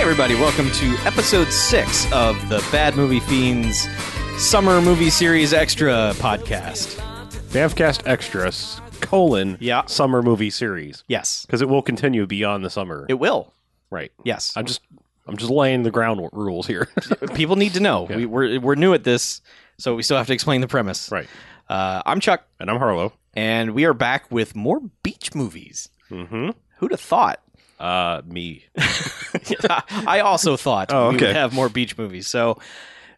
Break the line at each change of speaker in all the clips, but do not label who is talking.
everybody. Welcome to episode six of the Bad Movie Fiends Summer Movie Series Extra podcast.
Bamfcast Extras, colon,
Yeah.
summer movie series.
Yes,
Because it will continue beyond the summer.
it will.
right.
Yes,
I'm just I'm just laying the ground rules here.
people need to know.
Yeah.
We, we're we're new at this, so we still have to explain the premise.
right.
Uh, I'm Chuck,
And I'm Harlow.
and we are back with more beach movies.
Mm-hmm.
Who'd have thought?
Uh me.
I also thought
Oh,
we
okay.
would have more beach movies. So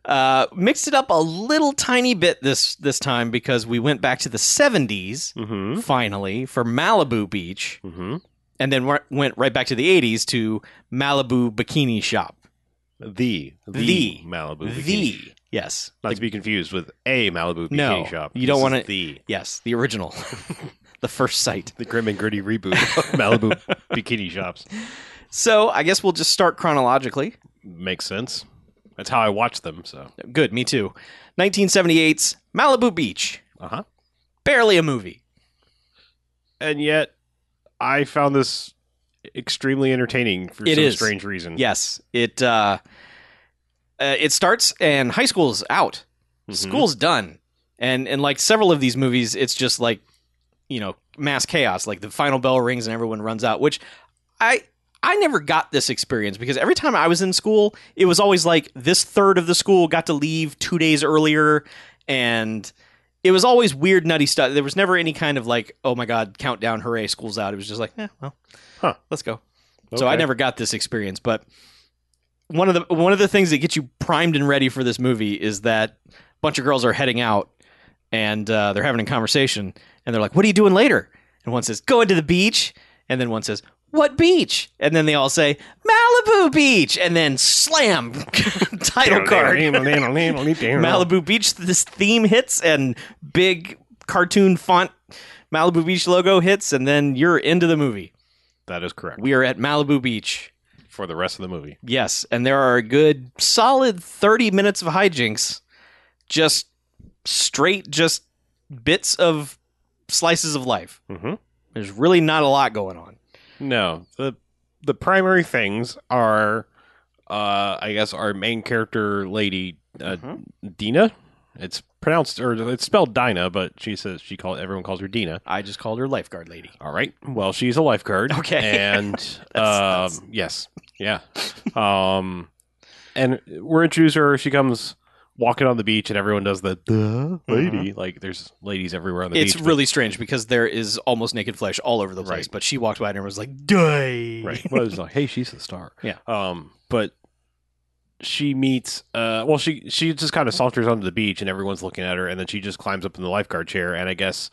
uh, mixed it up a little tiny bit this this time because we went back to the 70s
Mm-hmm.
finally for Malibu Beach,
Mm-hmm.
and then ri- went right back to the 80s to Malibu Bikini Shop.
The, the
The.
Malibu Bikini
The
Shop.
yes,
Not to be confused with a Malibu Bikini
No,
Shop.
you don't
This
wanna-
is the
yes, the original, the first sight.
the grim and gritty reboot of Malibu Bikini Shops.
So I guess we'll just start chronologically.
Makes sense. That's how I watch them, so.
Good, me too. 1978's Malibu Beach,
Uh-huh.
barely a movie.
And yet I found this extremely entertaining for
It
some
is.
strange reason.
Yes, it uh, uh, it starts and high school's out,
Mhm.
school's done, and and like several of these movies, it's just like you know mass chaos. Like the final bell rings and everyone runs out, which I. I never got this experience because every time I was in school, it was always like this third of the school got to leave two days earlier, and it was always weird, nutty stuff. There was never any kind of like, oh my god, countdown, hooray, school's out. It was just like, eh, well,
Huh.
let's go. So I
Okay.
never got this experience, but one of the one of the things that gets you primed and ready for this movie is that a bunch of girls are heading out and uh, they're having a conversation and they're like, "What are you doing later?" And one says, "Going to the beach," and then one says, "What beach?" And then they all say, "Malibu Beach," and then slam title card. Malibu Beach. This theme hits and big cartoon font Malibu Beach logo hits, and then you're into the movie.
That is correct.
We are at Malibu Beach.
For the rest of the movie.
Yes, and there are a good solid 30 minutes of hijinks. Just straight just bits of slices of life.
Mhm.
There's really not a lot going on.
No. The the primary things are uh I guess our main character lady uh, Dina. It's pronounced or it's spelled Dinah, but she says she call everyone calls her Dina.
I just called her lifeguard lady.
All right. Well, she's a lifeguard.
Okay.
And
That's-
um, yes, yeah. Um, and we're introduced to her. She comes walking on the beach, and everyone does the "duh" lady. Like there's ladies everywhere on the
It's
beach. but-
really strange because there is almost naked flesh all over the place,
Right.
but she walked by and was like, "Die."
right. Well, it's like, hey, she's the star.
Yeah.
Um, but she meets. Uh, well, she she just kind of saunters onto the beach, and everyone's looking at her, and then she just climbs up in the lifeguard chair, and I guess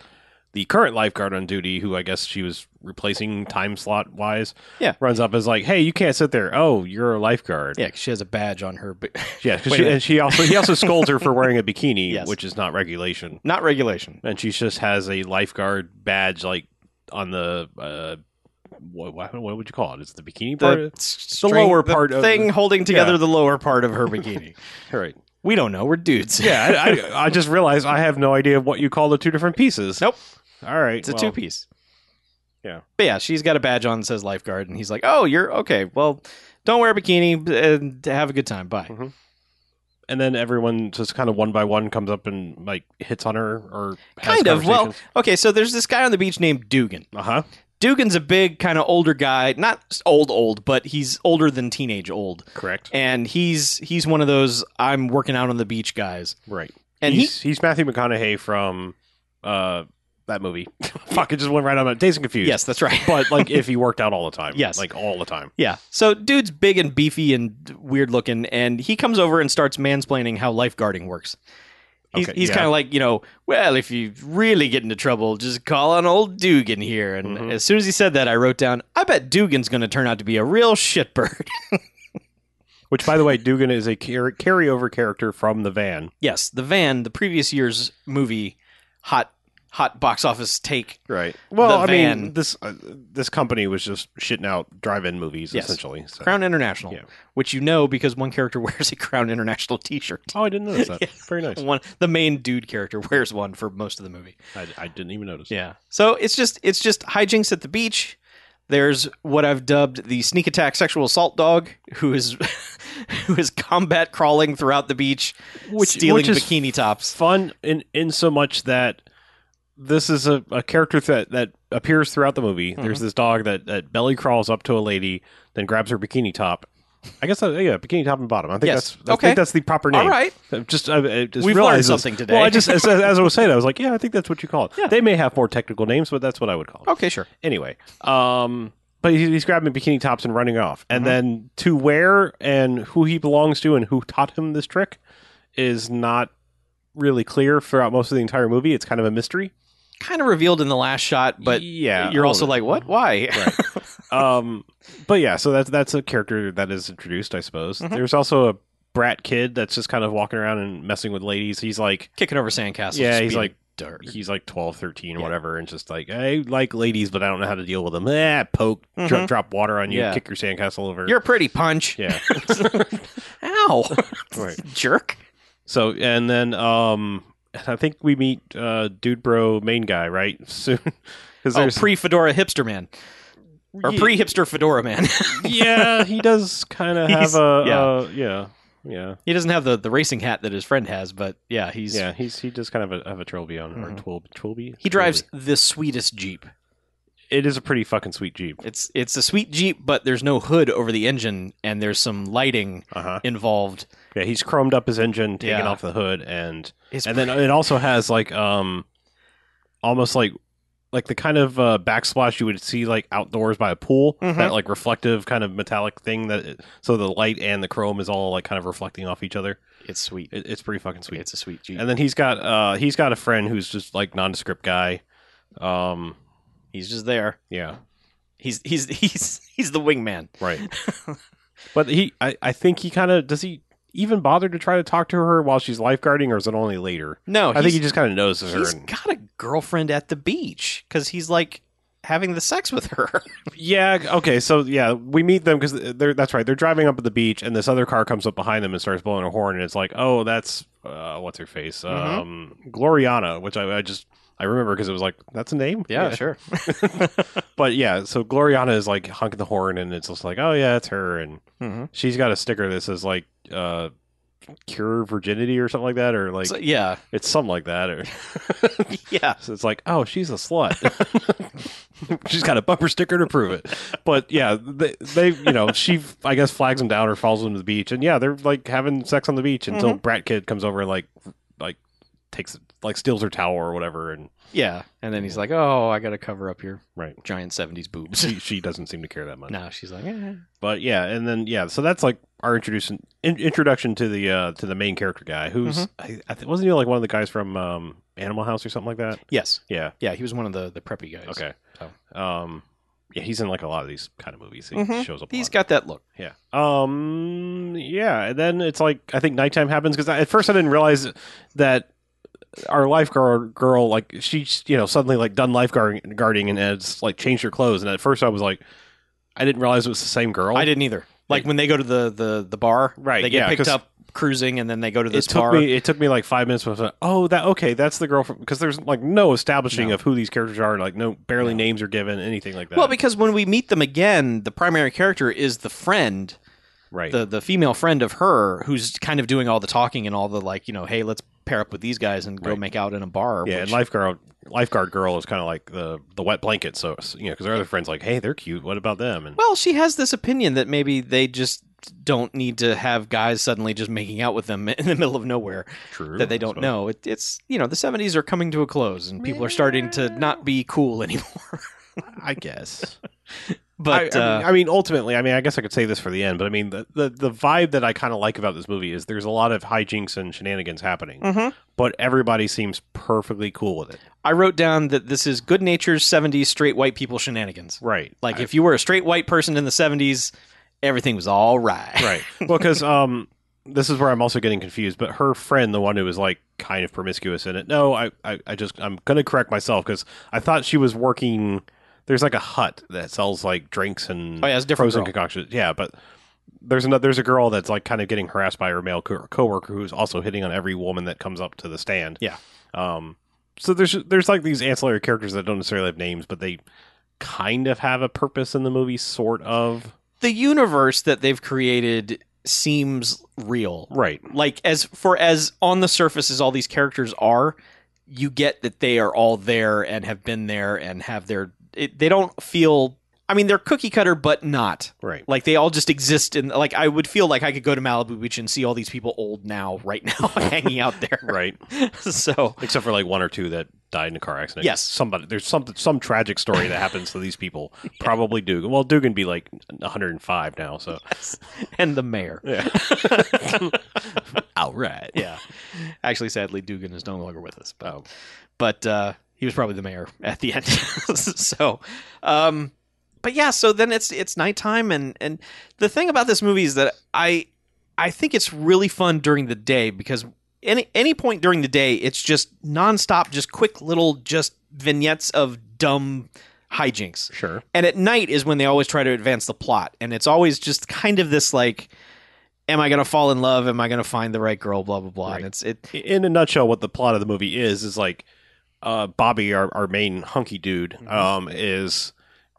the current lifeguard on duty, who I guess she was replacing time slot wise,
Yeah.
runs up and is like, hey, you can't sit there. Oh, you're a lifeguard.
Yeah, 'cause she has a badge on her, but
Yeah, 'cause
Wait a
she,
minute.
and she also he also scolds her for wearing a bikini,
Yes.
which is not regulation,
not regulation.
and she just has a lifeguard badge like on the uh, what, what would you call it? Is it the bikini part?
The,
of-
string-
lower
the
part of
thing
the-
holding together
Yeah.
the lower part of her bikini.
Right.
we don't know. We're dudes.
Yeah, I, I, I just realized I have no idea what you call the two different pieces.
Nope.
All right,
It's a
well,
two piece.
Yeah.
But yeah, she's got a badge on that says lifeguard, and he's like, oh, you're okay. Well, don't wear a bikini and have a good time. Bye.
Mhm. And then everyone just kind of one by one comes up and like hits on her or has
Kind of. Well, okay, so there's this guy on the beach named Dugan.
uh huh.
Dugan's a big, kind of older guy. Not s- old, old, but he's older than teenage old.
Correct.
And he's he's one of those I'm working out on the beach guys.
right.
And he,
he's he's Matthew McConaughey from uh that movie. Fuck! It just went right on. my- Days and confused.
yes, that's right.
but like if he worked out all the time.
Yes.
like all the time.
Yeah. So dude's big and beefy and weird looking, and he comes over and starts mansplaining how lifeguarding works. He's,
Okay,
he's
yeah.
kind of like, you know, well, if you really get into trouble, just call on old Dugan here. And
Mhm.
as soon as he said that, I wrote down, I bet Dugan's going to turn out to be a real shitbird.
Which, by the way, Dugan is a car- carryover character from the van.
yes, the van, the previous year's movie, hot, hot box office take.
Right. Well,
The
I
Van.
mean, this uh, this company was just shitting out drive-in movies
Yes.
essentially. So.
Crown International,
Yeah.
which you know because one character wears a Crown International T-shirt.
Oh, I didn't notice that. Very nice.
One, the main dude character wears one for most of the movie.
I, I didn't even notice.
Yeah. So it's just it's just hijinks at the beach. There's what I've dubbed the sneak attack sexual assault dog, who is who is combat crawling throughout the beach,
Which-
stealing
which is
bikini tops.
fun in in so much that this is a, a character that that appears throughout the movie.
Mm-hmm.
There's this dog that, that belly crawls up to a lady, then grabs her bikini top. I guess that, yeah, bikini top and bottom. I think
Yes.
that's I
Okay.
think that's the proper name.
All right.
I'm Just I, I just
We've learned
realized this.
something today.
Well, I just as, as I was saying, I was like, yeah, I think that's what you call it. They may have more technical names, but that's what I would call it.
Okay, sure.
Anyway, um, but he- he's grabbing bikini tops and running off, and
Uh-huh.
then to where and who he belongs to and who taught him this trick is not really clear throughout most of the entire movie. It's kind of a mystery.
Kind of revealed in the last shot, but
yeah,
you're
a
also
little
like, what? Why?
bit. um, but yeah, so that's that's a character that is introduced, I suppose.
Mm-hmm.
There's also a brat kid that's just kind of walking around and messing with ladies. He's like
Kicking over sandcastles.
Yeah,
just
he's
being
like-
dirt.
he's like 12 13 or
Yeah.
whatever and just like i like ladies but i don't know how to deal with them eh, poke dro-
Mhm.
drop water on you
Yeah.
kick your sandcastle over
You're a pretty punch.
yeah
Ow,
right
jerk.
so and then um and i think we meet uh dude bro main guy right soon because
Oh, pre fedora hipster man or pre hipster fedora man.
yeah he does kind of have
He's-
a yeah
yeah.
uh, yeah yeah
he doesn't have the, the racing hat that his friend has, but yeah, he's
yeah he's he does kind of a, have a trilby on or
Mhm.
twelve trilby
he drives
Trilby.
the sweetest jeep.
it is a pretty fucking sweet jeep
It's it's a sweet Jeep, but there's no hood over the engine, and there's some lighting
uh-huh
involved.
yeah he's chromed up his engine taken
Yeah.
off the hood and
It's
and then it also has like um almost like like the kind of uh, backsplash you would see like outdoors by a pool
Mhm.
that like reflective kind of metallic thing that it- so the light and the chrome is all like kind of reflecting off each other
uh, it's sweet.
it, it's pretty fucking sweet
It's a sweet Jeep.
and then he's got uh he's got a friend who's just like nondescript guy um
he's just there.
yeah
He's he's he's he's the wingman.
right but he i, I think he kind of does he even bother to try to talk to her while she's lifeguarding or is it only later
No,
i think
Oh, he's-
he just kind of notices her
he's
and,
got a girlfriend at the beach because he's like having the sex with her.
Yeah. Okay. So yeah, we meet them because they're that's right. They're driving up at the beach, and this other car comes up behind them and starts blowing a horn, and it's like, oh, that's uh, what's her face, um, Gloriana, which I, I just I remember because it was like that's a name.
sure.
But yeah, so Gloriana is like honking the horn, and it's just like, oh yeah, it's her, and
hmm
she's got a sticker that says like uh, cure virginity or something like that, or like
So, yeah,
it's something like that, or
yeah.
so it's like, oh, she's a slut. she's got a bumper sticker to prove it. But yeah, they, they you know, she, I guess, flags him down or follows him to the beach, and yeah, they're like having sex on the beach until Brat Kid comes over and like, like takes like steals her towel or whatever, and
Yeah. And then he's like, "Oh, I got to cover up your
Right.
giant '70s boobs."
she she doesn't seem to care that much.
now she's like, eh.
But yeah, and then yeah, so that's like our introduction in, introduction to the uh to the main character guy who's I, I th- wasn't he like one of the guys from um Animal House or something like that?
"Yes,
Yeah.
yeah." He was one of the the preppy guys.
Okay.
So.
Um, yeah, he's in like a lot of these kind of movies. He
Mhm.
shows up. a
He's
lot.
got that look.
yeah. Um, yeah. And then it's like I think nighttime happens because at first I didn't realize that our lifeguard girl like she's you know suddenly like done lifeguard guarding and has like changed her clothes and at first I was like I didn't realize it was the same girl.
I didn't either. Like when they go to the the the bar,
Oh. Right,
They get
yeah, 'cause-
picked up cruising, and then they go to
It
this
took
bar.
me. It took me like five minutes. But I was like, oh, that okay. That's the girl from because there's like no establishing
No.
of who these characters are. Like no, barely names are given. Anything like that.
well, because when we meet them again, the primary character is the friend,
right.
the the female friend of her, who's kind of doing all the talking and all the like, you know, hey, let's pair up with these guys and go
Right.
make out in a bar.
Yeah,
which-
and lifeguard lifeguard girl is kind of like the the wet blanket. So you know, because her other friends like, hey, they're cute. What about them? And
well, she has this opinion that maybe they just don't need to have guys suddenly just making out with them in the middle of nowhere.
true
that they don't
so-
know. It, it's you know the seventies are coming to a close, and people are starting to not be cool anymore.
I guess.
but
I, I,
uh,
mean, I mean, ultimately, I mean, I guess I could say this for the end, but I mean, the the, the vibe that I kind of like about this movie is there's a lot of hijinks and shenanigans happening,
mhm.
but everybody seems perfectly cool with it.
I wrote down that this is good nature's seventies straight white people shenanigans.
Right.
Like if you were a straight white person in the seventies, everything was all right.
right. Well, because um, this is where I'm also getting confused. But her friend, the one who was like kind of promiscuous in it. No, I, I, I just I'm gonna correct myself because I thought she was working. There's like a hut that sells like drinks and
Oh yeah, it's a different.
frozen
girl.
concoctions. Yeah, but there's another there's a girl that's like kind of getting harassed by her male co- coworker who's also hitting on every woman that comes up to the stand.
Yeah.
Um. So there's there's like these ancillary characters that don't necessarily have names, but they kind of have a purpose in the movie, sort of.
the universe that they've created seems real.
Right.
Like as for as on the surface as all these characters are, you get that they are all there and have been there and have their it, they don't feel I mean they're cookie cutter but not.
Right.
Like they all just exist in like I would feel like I could go to Malibu Beach and see all these people old now right now hanging out there.
Right.
So
Except for like one or two that died in a car accident.
Yes.
Somebody there's some some tragic story that happens to these people. Probably Dugan. Well, Dugan be like 105 now, so
and the mayor.
yeah.
All right. Yeah. Actually sadly Dugan is no longer with us. But
Oh.
but uh, he was probably the mayor at the end. so, um, but yeah, so then it's it's nighttime, and and the thing about this movie is that I I think it's really fun during the day because any any point during the day, it's just nonstop, just quick little just vignettes of dumb hijinks.
Sure.
And at night is when they always try to advance the plot, and it's always just kind of this like, am I gonna fall in love? Am I gonna find the right girl? Blah blah blah.
Right.
And it's it
in a nutshell, what the plot of the movie is is like uh, Bobby, our, our main hunky dude, um, is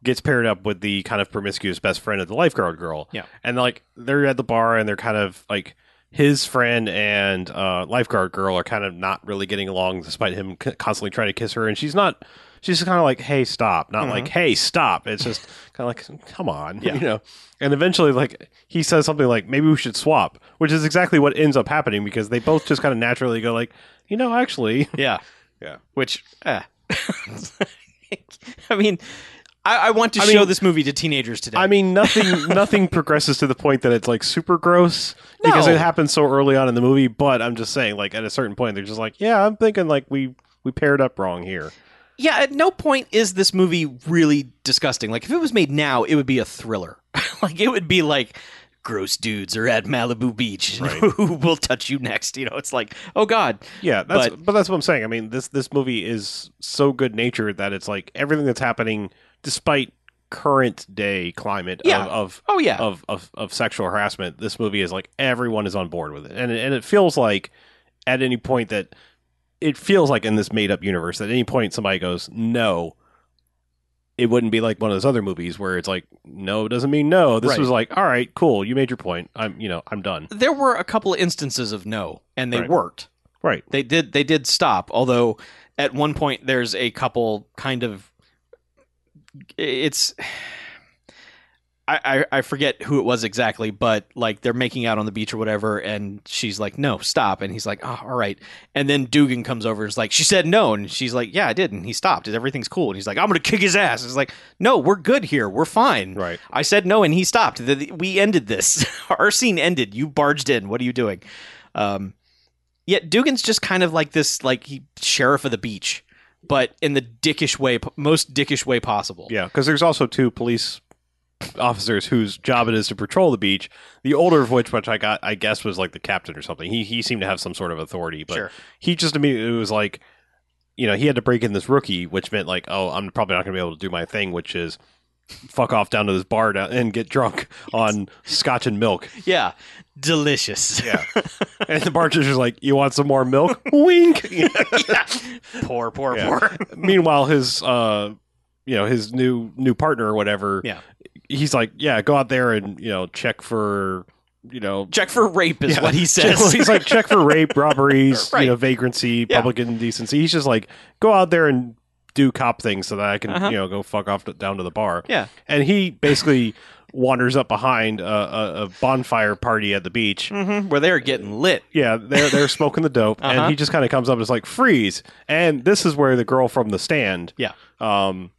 gets paired up with the kind of promiscuous best friend of the lifeguard girl.
Yeah.
and like they're at the bar and they're kind of like his friend and uh, lifeguard girl are kind of not really getting along, despite him c- constantly trying to kiss her, and she's not. She's just kind of like, "Hey, stop!" Not like, "Hey, stop!" It's just kind of like, "Come on,"
Mm-hmm. Yeah.
you know. And eventually, like he says something like, "Maybe we should swap," which is exactly what ends up happening because they both just kind of naturally go like, "You know, actually,
yeah.
yeah,
which eh. i mean i, I want to
I
show
mean-
this movie to teenagers today
I mean, nothing nothing progresses to the point that it's like super gross because
No.
it happens so early on in the movie. But I'm just saying, like at a certain point, they're just like, yeah, I'm thinking like we we paired up wrong here.
yeah at no point is this movie really disgusting like if it was made now it would be a thriller like it would be like gross dudes are at malibu beach
Right.
who will touch you next you know it's like oh god
Yeah, that's
But-
but, that's what I'm saying. I mean, this this movie is so good natured that it's like everything that's happening, despite current day climate
Yeah.
of, of
oh yeah
of, of of sexual harassment. This movie is like everyone is on board with it, and it- and it feels like at any point that it feels like in this made up universe that at any point somebody goes no. It wouldn't be like one of those other movies where it's like no doesn't mean no. This
Right.
was like all right, cool, you made your point. I'm you know I'm done.
there were a couple of instances of no and they
Right.
worked
Right.
they did they did stop although at one point there's a couple kind of it's I, I I forget who it was exactly, but like they're making out on the beach or whatever, and she's like, "No, stop," and he's like, oh, "All right." And then Dugan comes over, and is like, "She said no," and she's like, "Yeah, I did," and he stopped. Everything's cool, and he's like, "I'm gonna kick his ass." It's like, "No, we're good here. We're fine."
Right.
I said no, and he stopped. The- the- We ended this. Our scene ended. You barged in. What are you doing? Um, yet Dugan's just kind of like this, like he sheriff of the beach, but in the dickish way, p- most dickish way possible.
Yeah, because there's also two police officers whose job it is to patrol the beach. The older of which, which I got, I guess, was like the captain or something. He he seemed to have some sort of authority, but
Sure.
he just immediately was like, you know, he had to break in this rookie, which meant like, oh, I'm probably not going to be able to do my thing, which is fuck off down to this bar down and get drunk on scotch and milk.
Yeah. Delicious.
Yeah, and the bartender's like, you want some more milk? Wink.
Poor, poor,
Yeah.
poor.
Meanwhile, his uh, you know, his new new partner or whatever.
Yeah.
he's like, yeah, go out there and you know check for you know.
Check for rape is
Yeah.
what he
check- well,
says.
he's like check for rape, robberies,
Right.
you know, vagrancy,
Yeah.
public indecency. He's just like go out there and do cop things so that I can
Uh-huh.
you know go fuck off to, down to the bar.
yeah.
And he basically wanders up behind a, a, a bonfire party at the beach.
hmm Where they're getting lit.
Yeah, they're they're smoking the dope,
Uh-huh.
and he just kind of comes up and is like, "Freeze!" And this is where the girl from the stand,
Yeah.
um,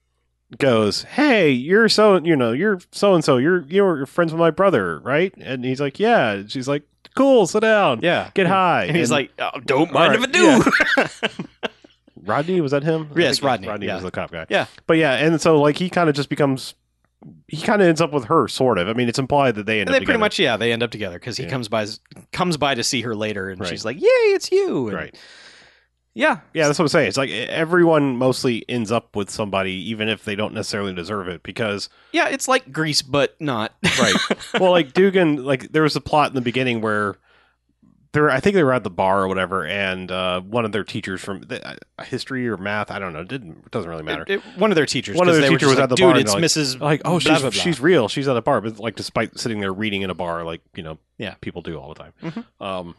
goes, "Hey, you're so you know you're so and so. You're you're friends with my brother, right?" And he's like, "Yeah." And she's like, "Cool, sit down,
Yeah.
get high."
And he's like, oh, don't mind if I do.
All right, "Rodney, was that him?" I
Yes,
think
Rodney,
Rodney
yeah.
was the cop guy.
Yeah.
but yeah, and so like he kind of just becomes. He kind of ends up with her, sort of. I mean, it's implied that they end
And they
up
pretty
together.
much, yeah, they end up together because he
Yeah.
comes by comes by to see her later, and
Right.
she's like, "Yay, it's you!" And-
right.
Yeah.
Yeah, that's what I'm saying. It's like e, everyone mostly ends up with somebody, even if they don't necessarily deserve it, because
Yeah, it's like Grease, but not.
right. well, like Dugan, like there was a plot in the beginning where they were, I think they were at the bar or whatever, and uh, one of their teachers from the, uh, history or math, I don't know, didn't doesn't really matter.
It- it- one of their teachers.
One of
'cause they
their
were
teachers
just
was at the
like,
bar
Dude,
and
it's
they're
Mrs.
like, oh, she's
blah, blah, blah."
she's real, she's at a bar, but like despite sitting there reading in a bar, like you know,
Yeah.
people do all the time.
Mhm.
Um,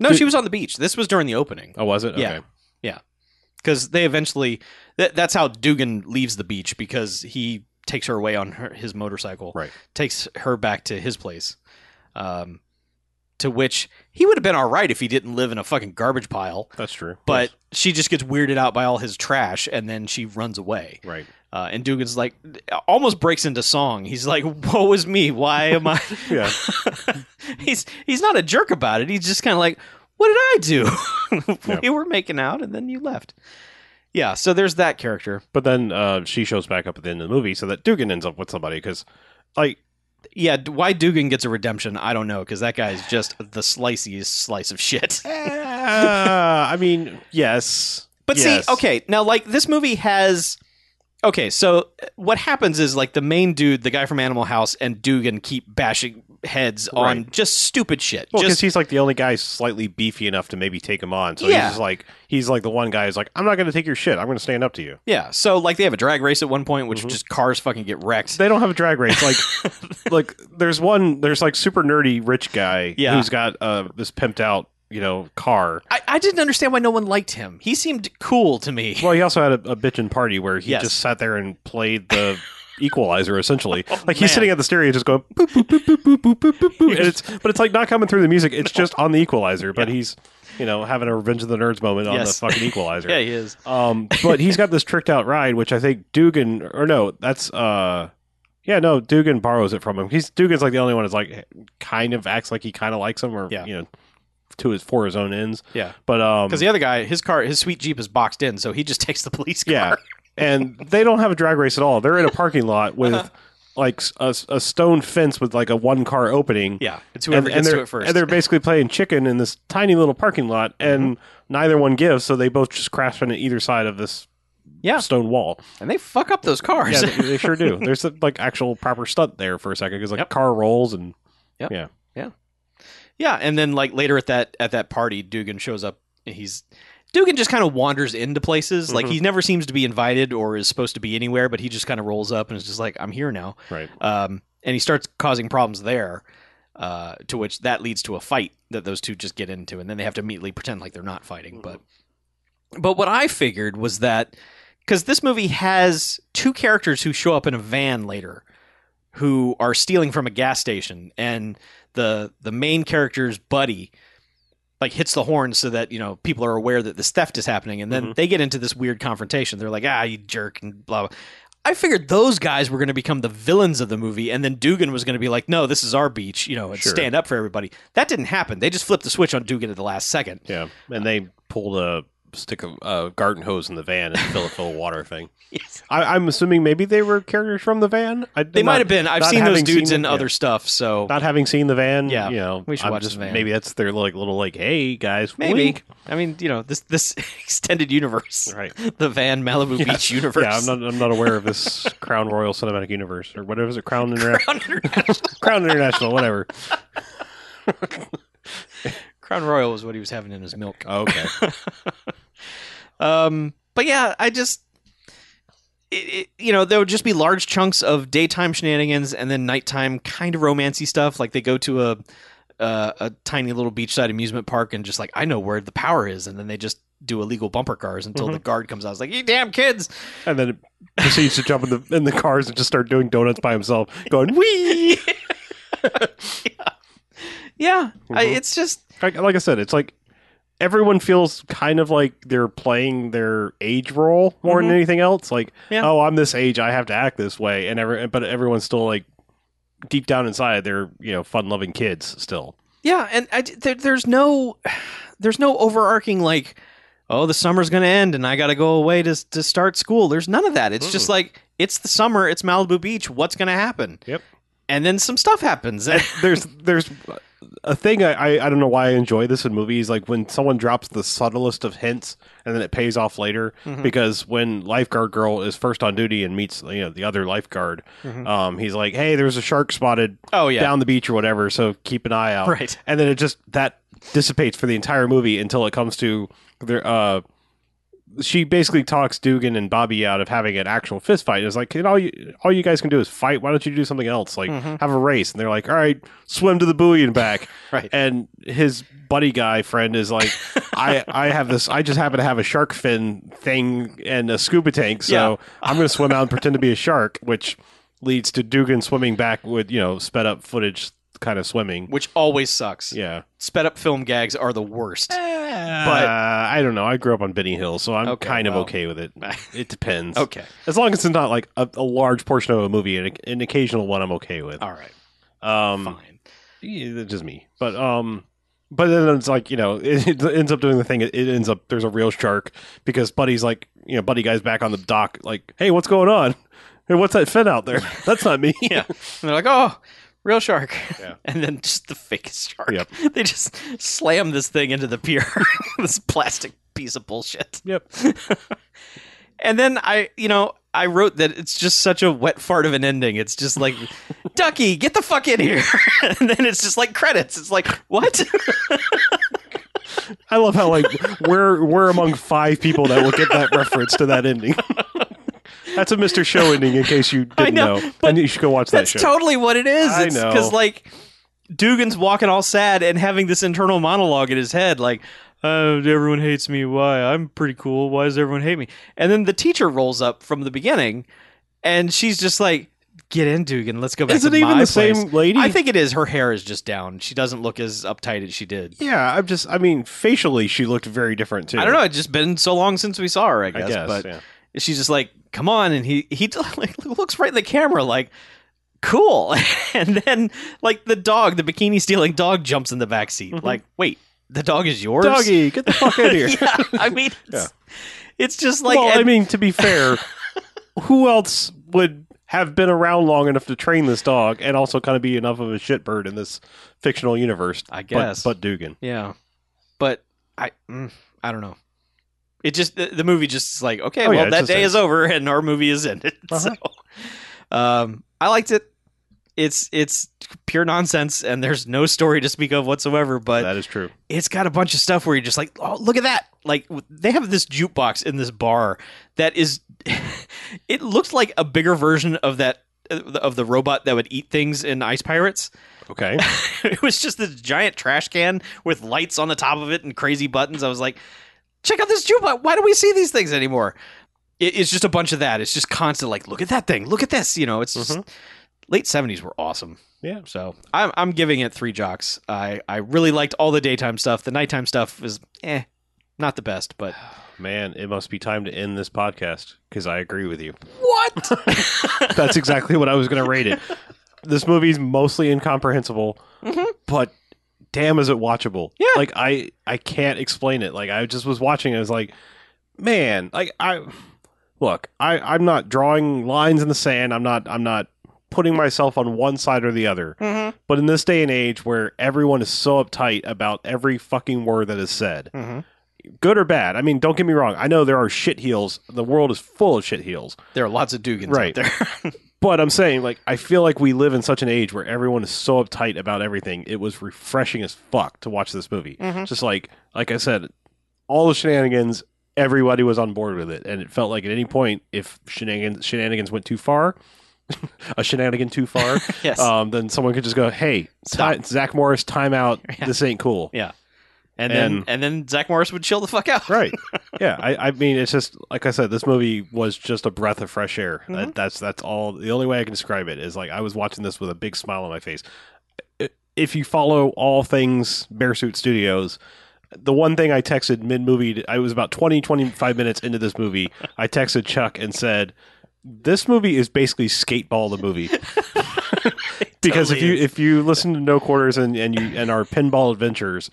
No,
Dude.
she was on the beach. This was during the opening
oh, was it?
Yeah.
Okay.
because they eventually. That, that's how Dugan leaves the beach because he takes her away on her, his motorcycle.
Right.
Takes her back to his place. Um, to which he would have been all right if he didn't live in a fucking garbage pile.
that's true.
But she just gets weirded out by all his trash, and then she runs away.
Yes. right,
Uh, and Dugan's like almost breaks into song. He's like, "Woe is me! Why am I?"
yeah,
he's he's not a jerk about it. He's just kind of like, "What did I do?
Yeah.
We were making out, and then you left." Yeah. So there's that character.
but then uh, she shows back up at the end of the movie, so that Dugan ends up with somebody because, like,
Yeah. d- Why Dugan gets a redemption, I don't know, because that guy's just the sliciest slice of shit.
uh, I mean, yes,
But
Yes.
see, okay, now like this movie has okay, so uh, what happens is like the main dude, the guy from Animal House, and Dugan keep bashing heads on
Right.
just stupid shit.
Well, because
just
he's like the only guy slightly beefy enough to maybe take him on. So
Yeah.
he's just like he's like the one guy who's like, I'm not going to take your shit. I'm going to stand up to you.
yeah. So like they have a drag race at one point, which
Mhm.
just cars fucking get wrecked.
They don't have a drag race. Like, like there's one. There's like super nerdy rich guy
Yeah.
who's got uh, this pimped out you know car.
I, I didn't understand why no one liked him. He seemed cool to me.
Well, he also had a, a bitchin' party where he
Yes.
just sat there and played the equalizer essentially. like
Oh, man.
he's sitting at the stereo just going boop boop boop boop boop boop boop boop boop. And it's but it's like not coming through the music. It's just on the equalizer. But he's you know having a Revenge of the Nerds moment on
Yes.
the fucking equalizer.
yeah, he is.
Um, but he's got this tricked out ride, which I think Dugan or no, that's uh, yeah, no, Dugan borrows it from him. He's Dugan's like the only one that's like kind of acts like he kind of likes him, or
Yeah.
you know, to his for his own ends.
Yeah.
But um,
Because the other guy, his car, his sweet jeep is boxed in, so he just takes the police car.
yeah, and they don't have a drag race at all. They're in a parking lot with
Uh-huh.
like s- a, a stone fence with like a one car opening.
Yeah, it's
And,
whoever
and
gets
they're
to it first. Mm-hmm.
and they're basically playing chicken in this tiny little parking lot, and neither one gives, so they both just crash into either side of this
Yeah.
stone wall.
and they fuck up those cars.
Yeah, they, they sure do. There's like actual proper stunt there for a second because like
Yep.
car rolls and
Yeah, and then like later at that at that party, Dugan shows up. and He's Dugan just kind of wanders into places. Like
Mhm.
he never seems to be invited or is supposed to be anywhere, but he just kind of rolls up and is just like, "I'm here now."
right.
Um, and he starts causing problems there, uh, to which that leads to a fight that those two just get into, and then they have to immediately pretend like they're not fighting. But but what I figured was that because this movie has two characters who show up in a van later, who are stealing from a gas station, and the the main character's buddy. Like hits the horn so that you know people are aware that this theft is happening, and then
Mhm.
they get into this weird confrontation. They're like, "Ah, you jerk!" and blah blah. I figured those guys were going to become the villains of the movie, and then Dugan was going to be like, "No, this is our beach," you know, and
Sure.
stand up for everybody. That didn't happen. They just flipped the switch on Dugan at the last second.
Yeah, and they pulled a stick of uh, garden hose in the van and fill it full of water thing. I, I'm assuming maybe they were characters from the van. I,
They might have been. I've
not
seen those
having
dudes
seen-
in
yeah.
other stuff, so
not having seen the van.
Yeah,
you know,
we should
I'm
watch
just,
the van.
Maybe that's their like little like, hey guys,
maybe.
wink.
I mean, you know, this this extended universe,
Right.
the Van Malibu
Yeah.
Beach universe.
Yeah, I'm not. I'm not aware of this Crown Royal Cinematic Universe or whatever is it. Crown Inter-
Crown, International-
Crown International, whatever.
Crown Royal was what he was having in his milk.
Okay.
Um, but yeah, I just, it, it, you know, there would just be large chunks of daytime shenanigans and then nighttime kind of romancy stuff. Like they go to a uh, a tiny little beachside amusement park and just like I know where the power is, and then they just do illegal bumper cars until the guard comes out. It's like, you damn kids!
and then it proceeds to jump in the in the cars and just start doing donuts by himself, going wee.
Yeah, I,
Mhm.
it's just
Like, like I said, it's like everyone feels kind of like they're playing their age role more
Mhm.
than anything else. Like,
Yeah.
oh, I'm this age, I have to act this way, and every but everyone's still like deep down inside, they're you know fun loving kids still.
Yeah, and I, there, there's no there's no overarching like oh the summer's going to end and I got to go away to to start school. There's none of that. It's just like it's the summer, it's Malibu Beach, what's going to happen?
Yep.
And then some stuff happens.
there's there's a thing I, I I don't know why I enjoy this in movies like when someone drops the subtlest of hints and then it pays off later
Mhm.
because when lifeguard girl is first on duty and meets you know the other lifeguard
Mhm.
um he's like hey there's a shark spotted
oh yeah.
down the beach or whatever so keep an eye out
Right.
and then it just that dissipates for the entire movie until it comes to their. Uh, she basically talks Dugan and Bobby out of having an actual fist fight. It's like, "Can all you all you guys can do is fight. Why don't you do something else? Like
Mhm.
have a race." And they're like, "All right, swim to the buoy and back."
Right.
And his buddy guy friend is like, "I I have this. I just happen to have a shark fin thing and a scuba tank, so
Yeah.
I'm going to swim out and pretend to be a shark," which leads to Dugan swimming back with you know sped up footage kind of swimming.
Which always sucks.
Yeah.
Sped up film gags are the worst.
But I don't know. I grew up on Benny Hill, so I'm
Uh, Okay,
kind of
well.
okay with it. It depends.
okay.
As long as it's not like a, a large portion of a movie, an, an occasional one I'm okay with.
All right.
Um,
Fine.
yeah, that's just me. But um, but then it's like you know, it, it ends up doing the thing. It, it ends up there's a real shark because Buddy's like you know, Buddy guy's back on the dock. Like, hey, what's going on? Hey, what's that fin out there? That's not me.
Yeah. And they're like, oh, real shark.
Yeah.
And then just the fakest shark.
Yep.
They just slam this thing into the pier, this plastic piece of bullshit.
Yep.
And then I, you know, I wrote that it's just such a wet fart of an ending. It's just like, Ducky, get the fuck in here. and then it's just like credits. It's like, what?
I love how like we're we're among five people that will get that reference to that ending. That's a Mr. Show ending, in case you didn't
know,
know.
but
and you should go watch that
That's
show.
totally what it is.
I know.
Because, like, Dugan's walking all sad and having this internal monologue in his head, like, uh, everyone hates me. Why? I'm pretty cool. Why does everyone hate me? And then the teacher rolls up from the beginning, and she's just like, get in, Dugan. Let's go back
Is it
to
even
my
the
place."
same lady?
I think it is. Her hair is just down. She doesn't look as uptight as she did.
Yeah, I'm just. I mean, facially, she looked very different too.
I don't know. It's just been so long since we saw her, I
I
guess.
guess,
but
yeah.
she's just like, "Come on!" And he he like, looks right in the camera, like, "Cool." And then like the dog, the bikini stealing dog, jumps in the back seat.
Mhm.
Like, wait, the dog is yours?
doggy, get the fuck out of here.
yeah, I mean, it's, it's just like,
well, I
and-
mean, to be fair, who else would have been around long enough to train this dog and also kind of be enough of a shitbird in this fictional universe?
I guess,
but, but Dugan.
yeah, but I mm, I don't know. It just the, the movie just is like, okay,
Oh, yeah,
well
it
that
just
day
ends.
is over and our movie is ended.
Uh-huh.
So, um, I liked it. It's it's pure nonsense and there's no story to speak of whatsoever. But
that is true.
it's got a bunch of stuff where you're just like, oh, look at that. Like, w- they have this jukebox in this bar that is, it looks like a bigger version of that, of the robot that would eat things in Ice Pirates.
Okay.
it was just this giant trash can with lights on the top of it and crazy buttons. I was like, check out this jukebox. Why do we see these things anymore? It, it's just a bunch of that. It's just constant, like, look at that thing. Look at this. You know, it's just, late 70s were awesome.
Mm-hmm. Yeah.
So I'm I'm giving it three jocks. I I really liked all the daytime stuff. The nighttime stuff is eh, not the best, but
Man, it must be time to end this podcast because I agree with you.
what?
That's exactly what I was going to rate it. This movie's mostly incomprehensible,
Mhm.
but damn, is it watchable?
Yeah.
like I I can't explain it. Like I just was watching, it, I was like, man, like I look, I I'm not drawing lines in the sand. I'm not I'm not putting myself on one side or the other.
mm-hmm,
But in this day and age where everyone is so uptight about every fucking word that is said,
mm-hmm.
good or bad. I mean, don't get me wrong. I know there are shit heels. The world is full of shit heels.
There are lots of Dugans
Right.
out there.
But I'm saying, like, I feel like we live in such an age where everyone is so uptight about everything. It was refreshing as fuck to watch this movie.
Mhm.
Just like, like I said, all the shenanigans, everybody was on board with it, and it felt like at any point, if shenanigans, shenanigans went too far, a shenanigan too far,
yes.
um, then someone could just go, "Hey,
Stop.
ti- Zach Morris, time out.
Yeah.
This ain't cool."
Yeah. and then
and-
and, then Zach Morris would chill the fuck out.
Right. Yeah. I, I mean, it's just like I said. This movie was just a breath of fresh air. That, that's that's all. The only way I can describe it is like I was watching this with a big smile on my face. I- If you follow all things Bear Suit Studios, the one thing I texted mid movie, I was about 20, 25 minutes into this movie. I texted Chuck and said, "This movie is basically skateball the movie." because if
Totally
you
is.
if you listen to No Quarters and and you and our pinball adventures,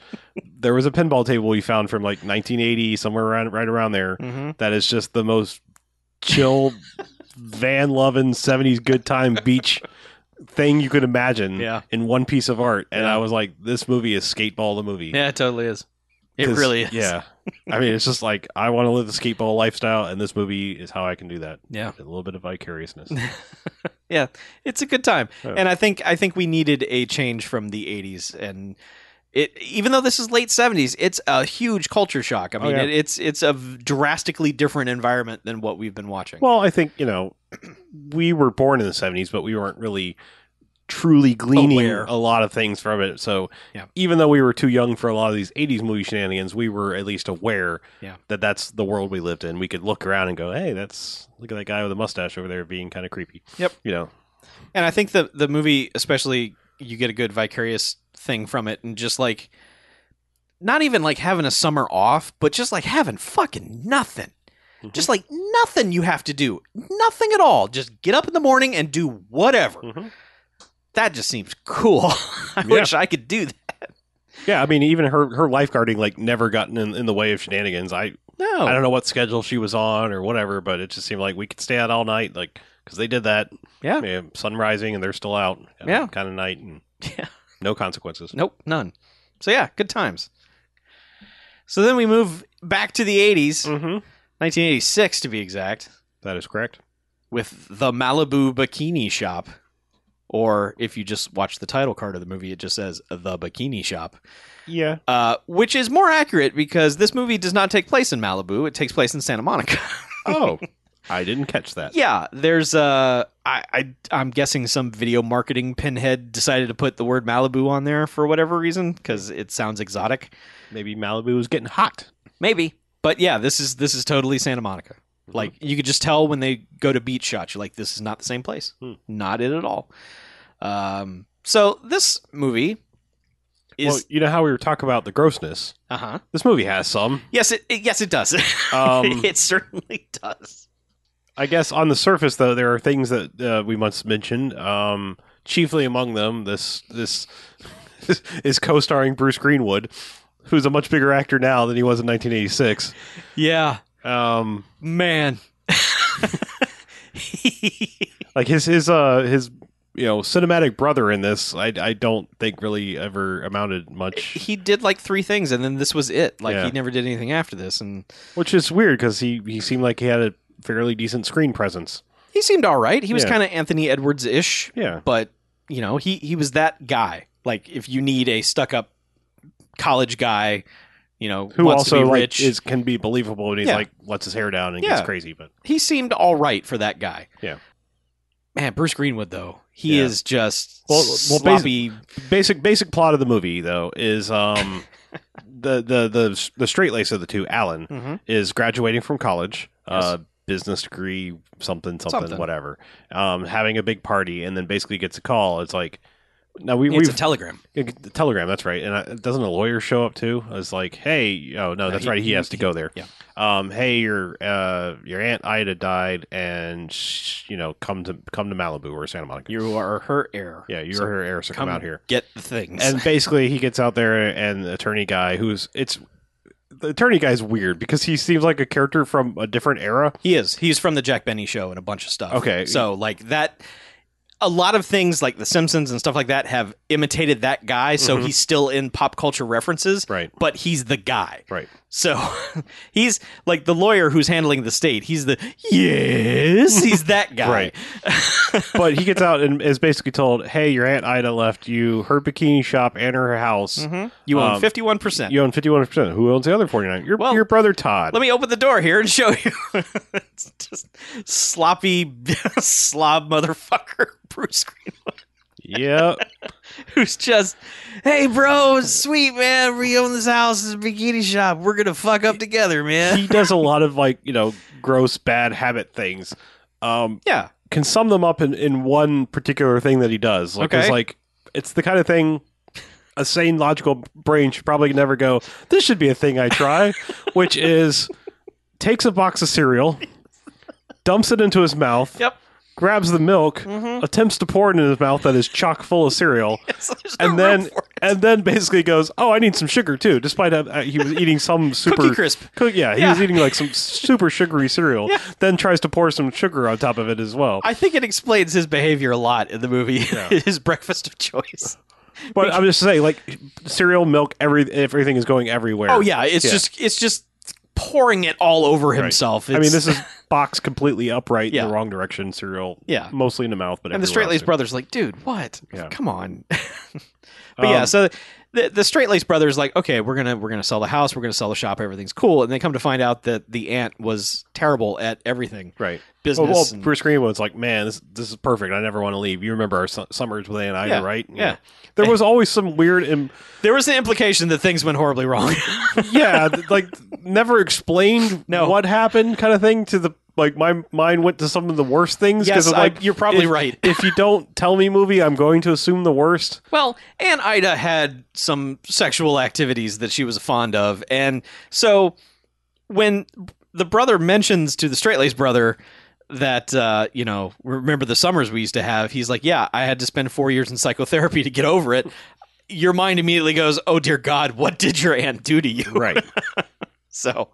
there was a pinball table we found from like 1980 somewhere around right around there
Mhm.
that is just the most chill, van loving 70s good time beach thing you could imagine
Yeah.
in one piece of art. And
Yeah.
I was like, this movie is skateball the movie.
Yeah, it totally is. It
'Cause-
really is.
Yeah. I mean, it's just like I want to live the skateball lifestyle, and this movie is how I can do that.
Yeah.
A little bit of vicariousness.
yeah, it's a good time,
Yeah.
and I think I think we needed a change from the '80s, and It even though this is late seventies, it's a huge culture shock. I mean,
Oh, yeah.
it, it's it's a v- drastically different environment than what we've been watching.
Well, I think you know we were born in the '70s, but we weren't really truly gleaning
Aware.
a lot of things from it. So,
Yeah.
even though we were too young for a lot of these '80s movie shenanigans, we were at least aware
Yeah.
that that's the world we lived in. We could look around and go, "Hey, that's look at that guy with a mustache over there being kind of creepy."
Yep.
You know,
And I think the the movie, especially, you get a good vicarious thing from it, and just like not even like having a summer off, but just like having fucking nothing.
Mhm.
Just like nothing you have to do, nothing at all. Just get up in the morning and do whatever.
Mhm.
That just seems cool. I wish I could do that.
yeah. I mean, even her her lifeguarding like never gotten in, in the way of shenanigans. I
No,
I don't know what schedule she was on or whatever, but it just seemed like we could stay out all night, like because they did that.
Yeah.
sun rising and they're still out.
Yeah.
kind of night and
Yeah.
no consequences.
Nope, none. So yeah, good times. So then we move back to the 80s,
Mm-hmm.
1986 to be exact,
That is correct.
with the Malibu Bikini Shop. Or if you just watch the title card of the movie, it just says The Bikini Shop,
Yeah,
uh, which is more accurate because this movie does not take place in Malibu. It takes place in Santa Monica.
Oh, I didn't catch that.
yeah, there's, uh, I, I, I'm guessing some video marketing pinhead decided to put the word Malibu on there for whatever reason because it sounds exotic.
Maybe Malibu was getting hot.
Maybe. Mm-hmm. But yeah, this is this is totally Santa Monica. Like you could just tell when they go to beach shots, you're like, this is not the same place.
Hmm.
Not it at all. Um, so this movie
well,
is
you know how we were talking about the grossness.
uh huh.
This movie has some.
Yes, it, it- yes it does.
Um,
it certainly does.
I guess on the surface, though, there are things that uh, we must mention. Um, chiefly among them, this this is co-starring Bruce Greenwood, who's a much bigger actor now than he was in 1986.
Yeah,
Um,
man.
like his his uh his you know cinematic brother in this, I I don't think really ever amounted much,
he did like three things, and then this was it. Like
Yeah.
he never did anything after this, and
which is weird because he he seemed like he had a fairly decent screen presence.
he seemed all right. He was
Yeah.
kind of Anthony Edwards ish.
Yeah,
but you know he he was that guy like if you need a stuck up college guy you know
who
wants
also
to be
like
rich
is can be believable and he's
Yeah.
like lets his hair down and
Yeah.
gets crazy, but
he seemed all right for that guy
Yeah.
man bruce greenwood though he
Yeah.
is just
Well- well,
sloppy
basic basic plot of the movie though is um the the the the straight lace of the two Alan
Mhm.
is graduating from college
Yes.
uh business degree something, something
Something.
whatever um having a big party and then basically gets a call it's like now we
it's a
we've
telegram
Yeah, the telegram. That's right. And I, doesn't a lawyer show up too? I was like, hey, oh no,
Uh,
that's
he-
right. He
he-
has to go there.
yeah.
Um, hey, your uh, your aunt Ida died, and sh- you know, come to come to Malibu or Santa Monica.
you are her heir
yeah, you're
So
her heir, so come, out here.
get the things
And basically, he gets out there, and the attorney guy, who's it's the attorney guy's weird because he seems like a character from a different era.
he is he's from the jack benny show and a bunch of stuff
Okay.
so like that a lot of things like the simpsons and stuff like that have imitated that guy so
Mhm.
he's still in pop culture references
Right.
but he's the guy
Right.
So he's like the lawyer who's handling the state. He's the yes, he's that guy.
Right. but he gets out and is basically told, "Hey, your aunt Ida left you her bikini shop and her house.
Mm-hmm. You own
Um,
fifty one percent.
You own fifty one percent. Who owns the other forty nine? Your
Well,
your brother Todd.
Let me open the door here and show you. it's just sloppy slob motherfucker Bruce Greenwood,
yeah,
who's just, hey bro, it's sweet man, we own this house, it's a bikini shop. We're gonna fuck up together, man.
he does a lot of like you know gross bad habit things. Um,
Yeah,
can sum them up in, in one particular thing that he does. Like,
Okay.
it's like it's the kind of thing a sane logical brain should probably never go. This should be a thing I try, which is takes a box of cereal, dumps it into his mouth.
Yep.
Grabs the milk,
Mhm.
attempts to pour it into his mouth that is chock full of cereal,
It's- there's no
and
room
then
for it.
and then basically goes, "Oh, I need some sugar too." Despite uh, uh, he was eating some super
Cookie Crisp.
Cook, yeah, he was
Yeah.
eating like some super sugary cereal. Then tries to pour some sugar on top of it as well.
I think it explains his behavior a lot in the movie.
Yeah.
his breakfast of choice.
but I'm just saying, like cereal, milk, every everything is going everywhere.
Oh yeah, it's
Yeah.
just it's just pouring it all over himself.
I mean,
It's-
this is box completely upright in
Yeah.
the wrong direction. Cereal,
Yeah.
mostly in the mouth, but
and the
everywhere
straight laced
else.
brothers like, dude, what?
Yeah.
Come on. but yeah,
Um,
so the, the straight laced brothers like okay we're gonna we're gonna sell the house we're gonna sell the shop everything's cool and they come to find out that the aunt was terrible at everything
Right.
business
well,
and-
Bruce Greenwood's like, man, this this is perfect. I never want to leave. You remember our su- summers with Aunt Ida,
Yeah,
right?
yeah.
There was always some weird, Im-
there was the implication that things went horribly wrong
yeah, th- like never explained
No.
what happened kind of thing to the like my mind went to some of the worst things
Yes,
of,
I-
like
you're probably
if-
right.
if you don't tell me movie, I'm going to assume the worst.
Well, and Ida had some sexual activities that she was fond of. And so when the brother mentions to the straight laced brother that, uh, you know, remember the summers we used to have, he's like, Yeah, I had to spend four years in psychotherapy to get over it. Your mind immediately goes, Oh, dear God, what did your aunt do to you?
Right.
So,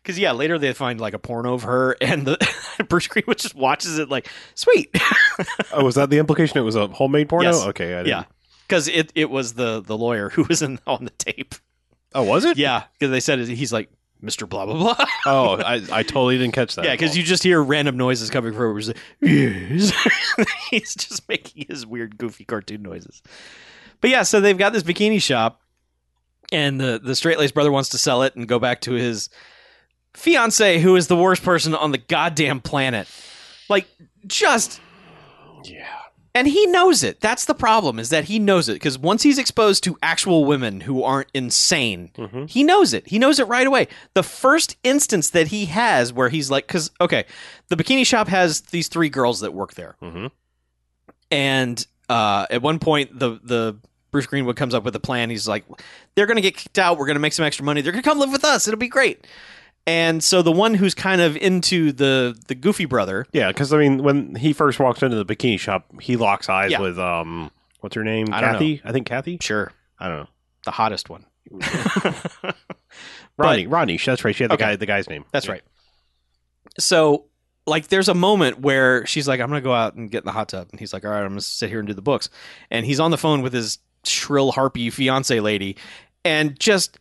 because, yeah, later they find like a porno of her, and the Bruce Greenwood just watches it like, Sweet.
oh, was that the implication? It was a homemade porno.
Yes.
Okay. I didn't-
yeah. Because it, it was the, the lawyer who was in, on the tape.
Oh, was it?
Yeah, because they said it, he's like Mr. Blah blah blah.
Oh, I, I totally didn't catch that.
yeah, because you just hear random noises coming from him. He's like, yes. he's just making his weird, goofy cartoon noises. But yeah, so they've got this bikini shop, and the the straight laced brother wants to sell it and go back to his fiance, who is the worst person on the goddamn planet. Like, just
Yeah.
and he knows it. That's the problem is that he knows it because once he's exposed to actual women who aren't insane,
Mhm.
he knows it. He knows it right away. The first instance that he has where he's like, because okay, the bikini shop has these three girls that work there,
Mm-hmm.
and uh, at one point the the Bruce Greenwood comes up with a plan. He's like, they're going to get kicked out. We're going to make some extra money. They're going to come live with us. It'll be great. And so the one who's kind of into the the goofy brother,
Yeah, because I mean, when he first walks into the bikini shop, he locks eyes
Yeah.
with um, what's her name?
I don't
Kathy. I think Kathy.
sure,
I don't know.
the hottest one. But-
Rodney. Rodney. That's right. She had the
Okay.
guy. The guy's name.
That's right. So, like, there's a moment where she's like, I'm going to go out and get in the hot tub. And he's like, All right, I'm going to sit here and do the books. And he's on the phone with his shrill, harpy fiance lady and just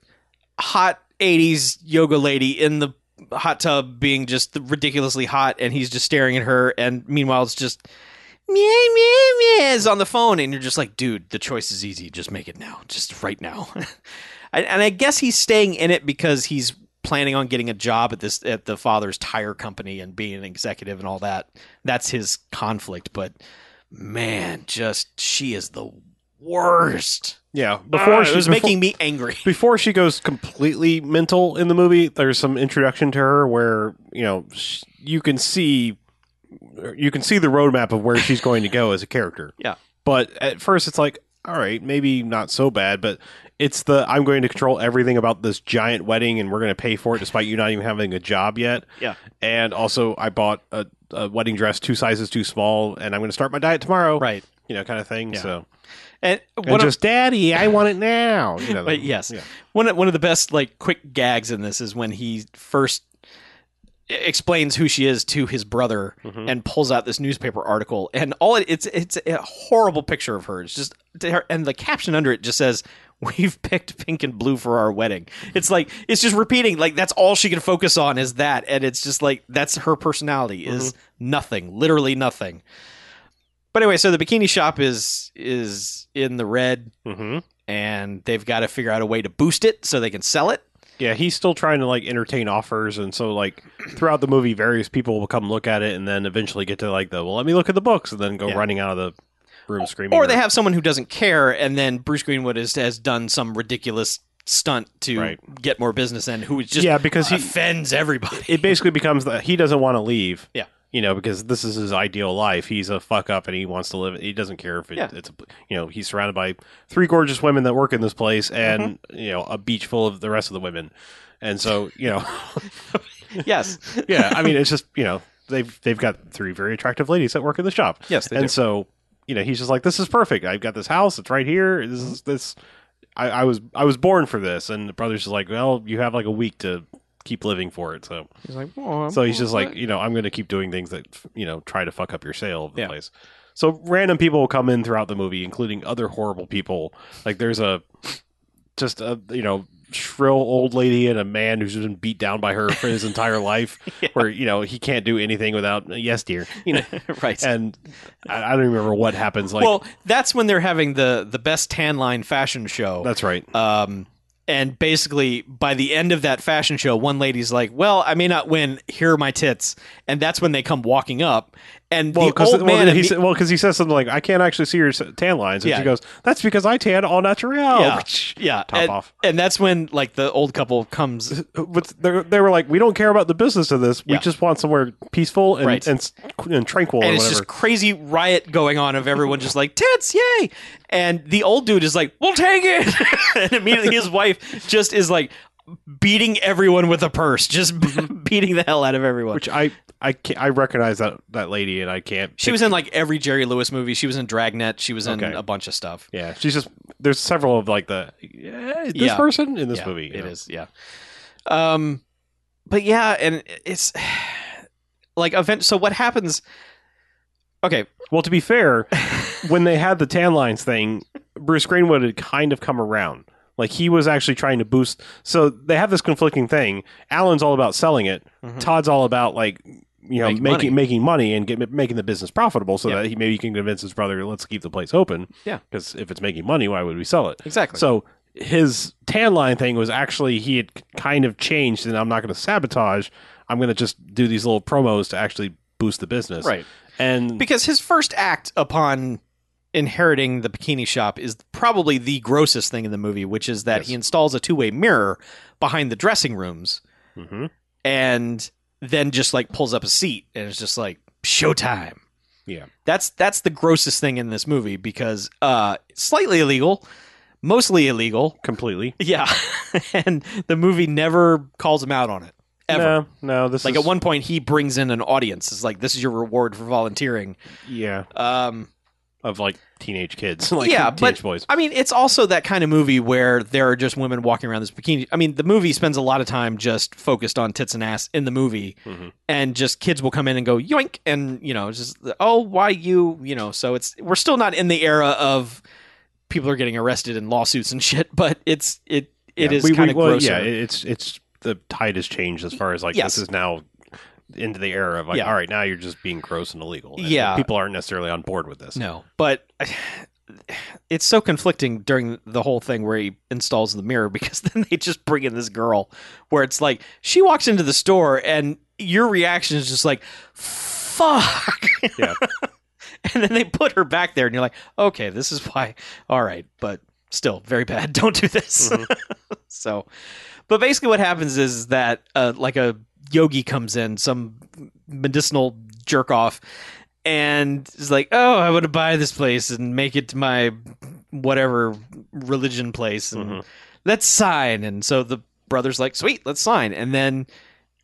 hot 80s yoga lady in the hot tub being just ridiculously hot. And he's just staring at her. And meanwhile, it's just. Meow, meow, meow is on the phone, and you're just like, dude, the choice is easy. Just make it now, just right now. and, and I guess he's staying in it because he's planning on getting a job at this at the father's tire company and being an executive and all that. That's his conflict, but man, just she is the worst.
Yeah. Before
Ah,
she
it was
before-
making me angry.
before she goes completely mental in the movie, there's some introduction to her where you know sh- you can see you can see the roadmap of where she's going to go as a character.
Yeah.
But at first, it's like, all right, maybe not so bad, but it's the I'm going to control everything about this giant wedding, and we're going to pay for it, despite you not even having a job yet.
Yeah.
And also, I bought a, a wedding dress two sizes too small, and I'm going to start my diet tomorrow.
Right.
You know, kind of thing.
Yeah.
So,
And
and
what
just daddy, I want it now. You know.
But yes,
Yeah.
one of, one of the best like quick gags in this is when he first explains who she is to his brother
Mhm.
and pulls out this newspaper article and all it, it's it's a horrible picture of her. It's just and the caption under it just says we've picked pink and blue for our wedding. It's like it's just repeating like that's all she can focus on is that and it's just like that's her personality is nothing, literally nothing. But anyway, so the bikini shop is is in the red
Mm-hmm.
and they've got to figure out a way to boost it so they can sell it.
Yeah, he's still trying to like entertain offers, and so like throughout the movie, various people will come look at it, and then eventually get to like the well, let me look at the books, and then go
Yeah.
running out of the room screaming.
Or they have someone who doesn't care, and then Bruce Greenwood has, has done some ridiculous stunt to
Right.
get more business in, who is just
yeah, because he
offends everybody.
it basically becomes that he doesn't want to leave.
Yeah.
you know, because this is his ideal life. He's a fuck up, and he wants to live. He doesn't care if it,
Yeah.
it's a, you know he's surrounded by three gorgeous women that work in this place, and
Mm-hmm.
you know a beach full of the rest of the women, and so you know.
yes,
yeah, I mean, it's just you know they've they've got three very attractive ladies that work in the shop.
Yes, they
and
do.
so you know he's just like, this is perfect. I've got this house. It's right here. This is this. I, I was I was born for this, and the brother's just like, well, you have like a week to keep living for it. So
he's like, well,
so he's just like, you know, I'm going to keep doing things that you know try to fuck up your sale of the
Yeah.
place. So random people will come in throughout the movie, including other horrible people. Like there's a just a you know shrill old lady and a man who's been beat down by her for his entire life,
Yeah.
where you know he can't do anything without yes, dear. You know,
right.
and I, I don't remember what happens. Like
well, that's when they're having the the best tan line fashion show.
that's right.
Um, and basically, by the end of that fashion show, one lady's like, "Well, I may not win. Here are my tits," and that's when they come walking up, and
Well,
the
because
old man.
he
imme-
said, well, 'cause he says something like, "I can't actually see your s- tan lines," and
Yeah.
she goes, "That's because I tan all natural."
yeah, yeah,
Oh, top
and,
off.
and that's when like the old couple comes.
But they they were like, "We don't care about the business of this.
Yeah.
We just want somewhere peaceful and
Right.
and, s- and tranquil
And
or
it's
whatever."
just crazy riot going on of everyone just like tits, yay! And the old dude is like, "We'll take it!" and immediately his wife just is like beating everyone with a purse, just beating the hell out of everyone.
Mm-hmm. Which I I can't, I recognize that that lady, and I can't.
She was in like every Jerry Lewis movie. She was in Dragnet. She was in
Okay.
a bunch of stuff.
Yeah, she's just there's several of like the yeah, this
Yeah.
person in this
yeah,
movie. you
it
know?
is. Yeah. Um, but yeah, and it's like event. So what happens? Okay,
Well, to be fair, when they had the tan lines thing, Bruce Greenwood had kind of come around. Like he was actually trying to boost. So they have this conflicting thing. Alan's all about selling it.
Mhm.
Todd's all about like you know
Make money.
making making money and get, making the business profitable so
Yeah.
that he maybe can convince his brother let's keep the place open.
Yeah.
because if it's making money, why would we sell it?
exactly.
So his tan line thing was actually he had kind of changed, and I'm not going to sabotage. I'm going to just do these little promos to actually boost the business.
right,
And
because his first act upon inheriting the bikini shop is probably the grossest thing in the movie, which is that
Yes.
he installs a two-way mirror behind the dressing rooms
Mhm.
and then just like pulls up a seat and it's just like showtime.
Yeah.
That's that's the grossest thing in this movie because uh slightly illegal, mostly illegal.
completely
Yeah. and the movie never calls him out on it ever.
No, no, this
Like
is
at one point he brings in an audience. It's like this is your reward for volunteering.
yeah
Um
of like teenage kids, like
Yeah, but-
teenage boys.
I mean, it's also that kind of movie where there are just women walking around this bikini. I mean, the movie spends a lot of time just focused on tits and ass in the movie,
Mhm.
and just kids will come in and go yoink, and you know, it's just oh, why you, you know. So it's we're still not in the era of people are getting arrested in lawsuits and shit, but it's it it
Yeah,
is
we- we-
kind of
well,
grosser.
Yeah, it- it's it's the tide has changed as far as like
Yes.
this is now into the era of like
Yeah.
all right now you're just being gross and illegal. And
Yeah.
people aren't necessarily on board with this.
No, but it's so conflicting during the whole thing where he installs the mirror because then they just bring in this girl where it's like she walks into the store and your reaction is just like fuck.
Yeah.
and then they put her back there and you're like, "Okay, this is why. All right, but still very bad. Don't do this." so, but basically what happens is that uh, like a yogi comes in, some medicinal jerk off and is like, "Oh, I want to buy this place and make it my whatever religion place and
Mhm.
let's sign." And so the brother's like, "Sweet, let's sign." And then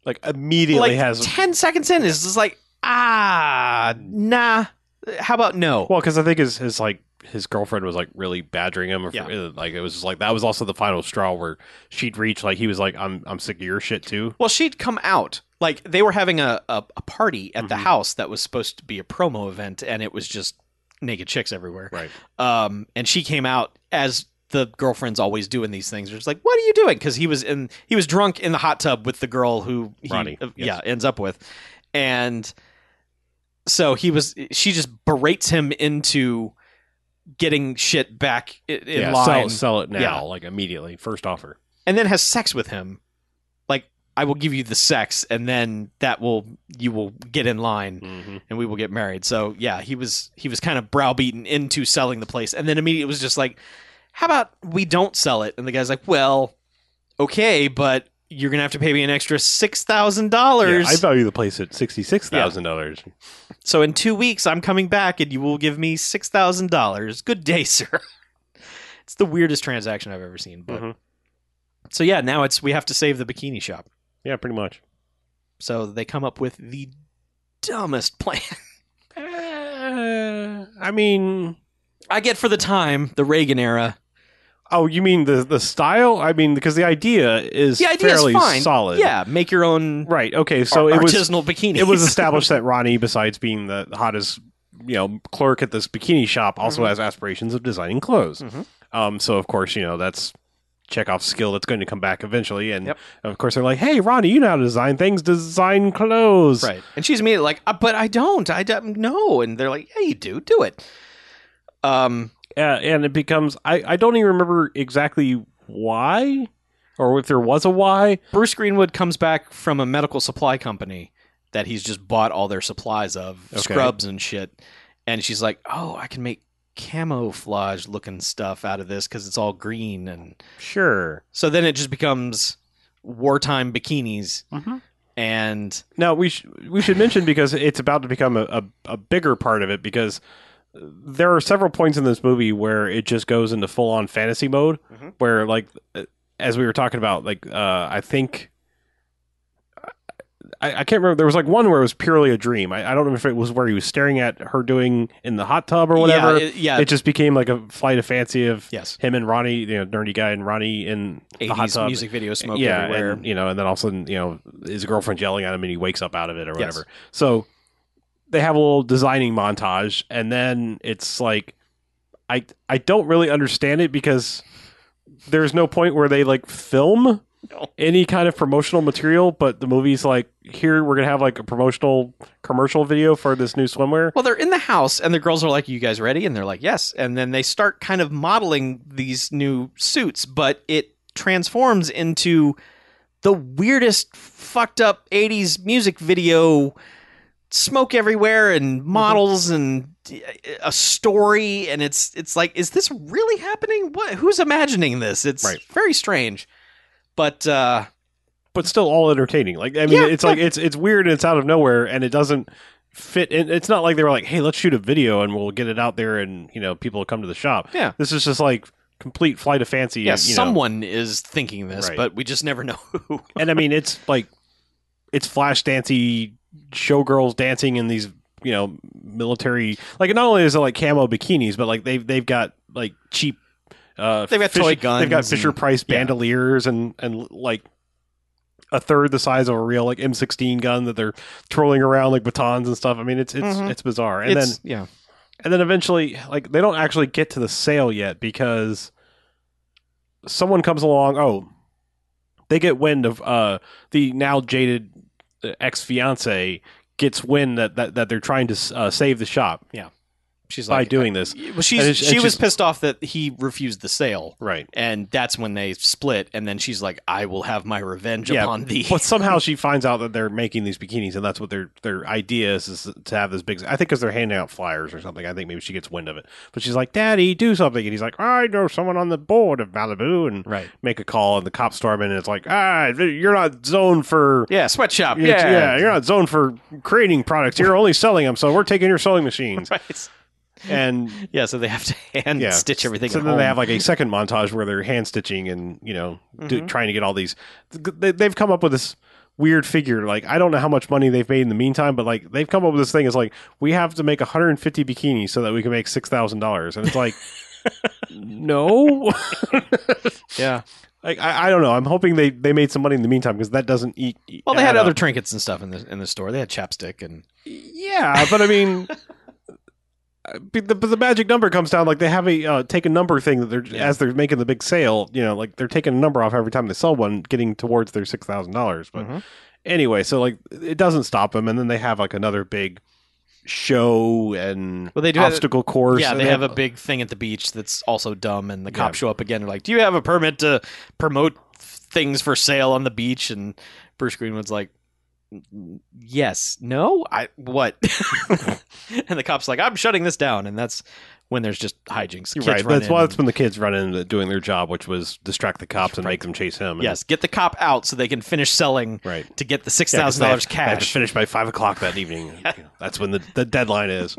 Like immediately
like
has
10 seconds in is just like, "Ah, nah. How about no?"
Well, because I think his his like his girlfriend was like really badgering him.
Yeah.
uh, Like it was just like that was also the final straw where she'd reach like he was like I'm I'm sick of your shit too.
Well, she'd come out. Like they were having a, a, a party at the
Mhm.
house that was supposed to be a promo event, and it was just naked chicks everywhere.
Right.
Um, and she came out as the girlfriends always do in these things. They're just like, "What are you doing?" Because he was in he was drunk in the hot tub with the girl who he
Ronnie,
uh,
yes.
yeah ends up with, and so he was. She just berates him into getting shit back i- in
yeah.
line,
Sell sell it now.
Yeah.
Like immediately. First offer.
and then has sex with him. Like, I will give you the sex, and then that will you will get in line,
Mm-hmm.
and we will get married. So yeah, he was he was kind of browbeaten into selling the place, and then immediately it was just like, how about we don't sell it? And the guy's like, well, okay, but you're gonna have to pay me an extra six thousand
Yeah, I
dollars.
value the place at sixty six thousand dollars.
So in two weeks, I'm coming back, and you will give me six thousand dollars. Good day, sir. it's the weirdest transaction I've ever seen. But
Mhm.
so yeah, now it's we have to save the bikini shop.
Yeah, pretty much.
So they come up with the dumbest plan.
Uh, I mean,
I get for the time, the Reagan era.
oh, you mean the the style? I mean, because the idea is
The idea
fairly
is fine.
solid.
Yeah, make your own
Right. Okay. So
ar-
it was
artisanal bikini.
it was established that Ronnie, besides being the hottest, you know, clerk at this bikini shop, also
Mhm.
has aspirations of designing clothes.
Mhm.
Um, so of course, you know, that's Chekhov's skill that's going to come back eventually. And
Yep.
of course, they're like, "Hey, Ronnie, you know how to design things. Design clothes."
Right. And she's immediately like, uh, but I don't. I don't know. And they're like, yeah, you do. Do it. Um,
Uh, and it becomes. I I don't even remember exactly why, or if there was a why.
Bruce Greenwood comes back from a medical supply company that he's just bought all their supplies of
Okay.
scrubs and shit. And she's like, oh, I can make camouflage looking stuff out of this because it's all green. And
Sure.
so then it just becomes wartime bikinis.
Mhm.
And
Now we sh- we should mention because it's about to become a, a, a bigger part of it because there are several points in this movie where it just goes into full on fantasy mode
Mhm.
where like uh, as we were talking about like uh, I think I, I can't remember there was like one where it was purely a dream I, I don't know if it was where he was staring at her doing in the hot tub or whatever
Yeah. It, yeah,
it just became like a flight of fancy of
yes.
him and Ronnie you know nerdy guy and Ronnie in the hot
80s
tub
music video smoke
yeah,
everywhere.
and, you know, and then all of a sudden, you know, his girlfriend's yelling at him, and he wakes up out of it or
Yes.
whatever. So they have a little designing montage, and then it's like, I I don't really understand it because there's no point where they like film
No.
any kind of promotional material, but the movie's like, here we're gonna have like a promotional commercial video for this new swimwear.
Well, they're in the house, and the girls are like, "You guys ready?" And they're like, "Yes." And then they start kind of modeling these new suits, but it transforms into the weirdest, fucked up '80s music video, smoke everywhere, and models, and uh, a story, and it's it's like, is this really happening? What? Who's imagining this? It's
Right.
very strange. But uh,
but still all entertaining. Like I mean,
Yeah,
it's like it's it's weird and it's out of nowhere and it doesn't fit. In, it's not like they were like, hey, let's shoot a video and we'll get it out there and you know people will come to the shop.
Yeah.
this is just like complete flight of fancy.
yeah,
you know.
someone is thinking this,
Right.
but we just never know who.
and I mean it's like it's flash dancy showgirls dancing in these you know military like not only is it like camo bikinis but like they've they've got like cheap uh
They've got
Fisher-
toy
they've got
guns
fisher
and-
price
yeah.
bandoliers and and like a third the size of a real like m16 gun that they're twirling around like batons and stuff i mean it's it's
Mhm.
it's bizarre and then
It's- yeah,
and then eventually like they don't actually get to the sale yet because someone comes along oh they get wind of uh the now jaded ex fiance gets wind that, that that they're trying to uh, save the shop
she's
by
like,
doing this
Well,
And
she's,
it's-
she
it's
was
just-
pissed off that he refused the sale,
right
and that's when they split. And then she's like, "I will have my revenge
Yeah,
upon thee."
but somehow she finds out that they're making these bikinis and that's what their their idea is, is to have this big i think because they're handing out flyers or something i think maybe she gets wind of it but she's like daddy do something and he's like i know someone on the board of malibu and
Right?
make a call and the cops storm in and it's like ah you're not zoned for
Yeah, sweatshop.
you're-
Yeah,
you're not zoned for creating products you're only selling them so we're taking your sewing machines
Right.
and
Yeah, so they have to hand
yeah
stitch everything.
so
at
then
home.
they have like a second montage where they're hand stitching and you know do,
Mhm.
trying to get all these they, they've come up with this weird figure like i don't know how much money they've made in the meantime but like they've come up with this thing is like we have to make 150 bikinis so that we can make $6000 and it's like no
yeah.
Like I, I don't know. I'm hoping they, they made some money in the meantime because that doesn't eat. eat
Well, they had
add up.
other trinkets and stuff in the in the store. They had chapstick and
Yeah, but I mean, uh, but the, but the magic number comes down. Like they have a uh, take a number thing that they're
Yeah.
as they're making the big sale. You know, like they're taking a number off every time they sell one, getting towards their six thousand dollars. But
Mhm.
anyway, so like it doesn't stop them, and then they have like another big show and
well, they do have.
obstacle course.
Yeah,
and
they have a big thing at the beach that's also dumb, and the cops
Yeah.
show up again. They're like, "Do you have a permit to promote things for sale on the beach?" And Bruce Greenwood's like, "Yes, no, I what?" and the cops like, "I'm shutting this down," and that's when there's just hijinks.
You're
Kids
right.
run
That's
in
why
and-
that's when the kids run in doing their job, which was distract the cops and make them chase him. and-
yes, get the cop out so they can finish selling
Right.
to get the six
Yeah, 'cause
thousand
they have-
dollars
they have to
cash.
finish by five o'clock that evening. You know, That's when the, the deadline is.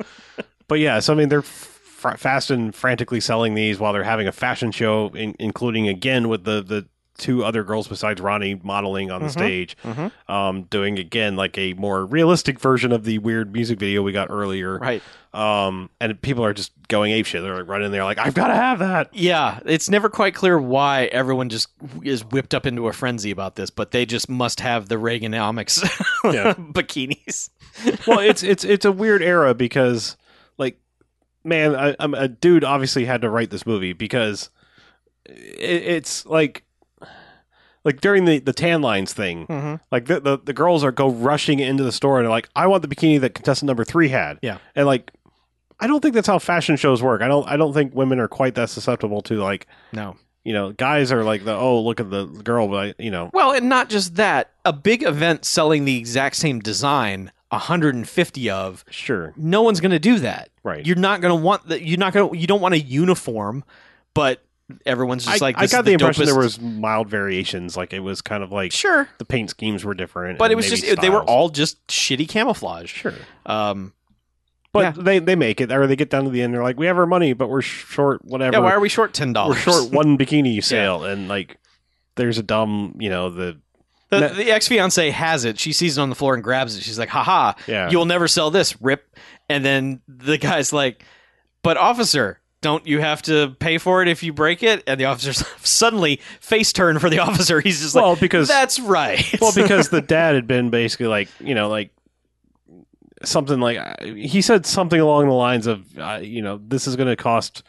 but yeah, so I mean, they're fr- fast and frantically selling these while they're having a fashion show, in- including again with the the two other girls besides Ronnie modeling on the
Mhm.
stage,
Mhm.
um, doing again like a more realistic version of the weird music video we got earlier.
Right.
Um, and people are just going ape shit. They're like running there, like I've got to have that.
Yeah, it's never quite clear why everyone just is whipped up into a frenzy about this, but they just must have the Reaganomics
Yeah.
bikinis.
well, it's it's it's a weird era because, like, man, I, I'm a dude obviously had to write this movie because it, it's like like during the the tan lines thing
Mm-hmm.
like the, the the girls are go rushing into the store and are like i want the bikini that contestant number three had
Yeah.
and like i don't think that's how fashion shows work i don't i don't think women are quite that susceptible to like
No.
you know guys are like the oh look at the girl but I, you know
Well, and not just that. A big event selling the exact same design, 150 of.
sure
No one's going to do that.
right
You're not going to want that. You're not going to. You don't want a uniform, but everyone's
I,
just like.
I
this is
got the, impression
dopest-
there was mild variations like it was kind of like
sure,
the paint schemes were different
but
and
it was
maybe
just they were
styles.
all just shitty camouflage.
sure
Um,
but they they make it or they get down to the end they're like we have our money but we're sh- short whatever
yeah, why are we short ten
we're
dollars?
short one bikini sale and like there's a dumb you know the
The,
No.
the ex fiance has it. She sees it on the floor and grabs it. She's like, haha,
yeah
you'll never sell this, rip. And then the guy's like, but officer, don't you have to pay for it if you break it? And the officer's suddenly face turn for the officer. He's just
well
like,
because
that's right.
well because the dad had been basically like you know like something like uh, he said something along the lines of uh, you know this is going to cost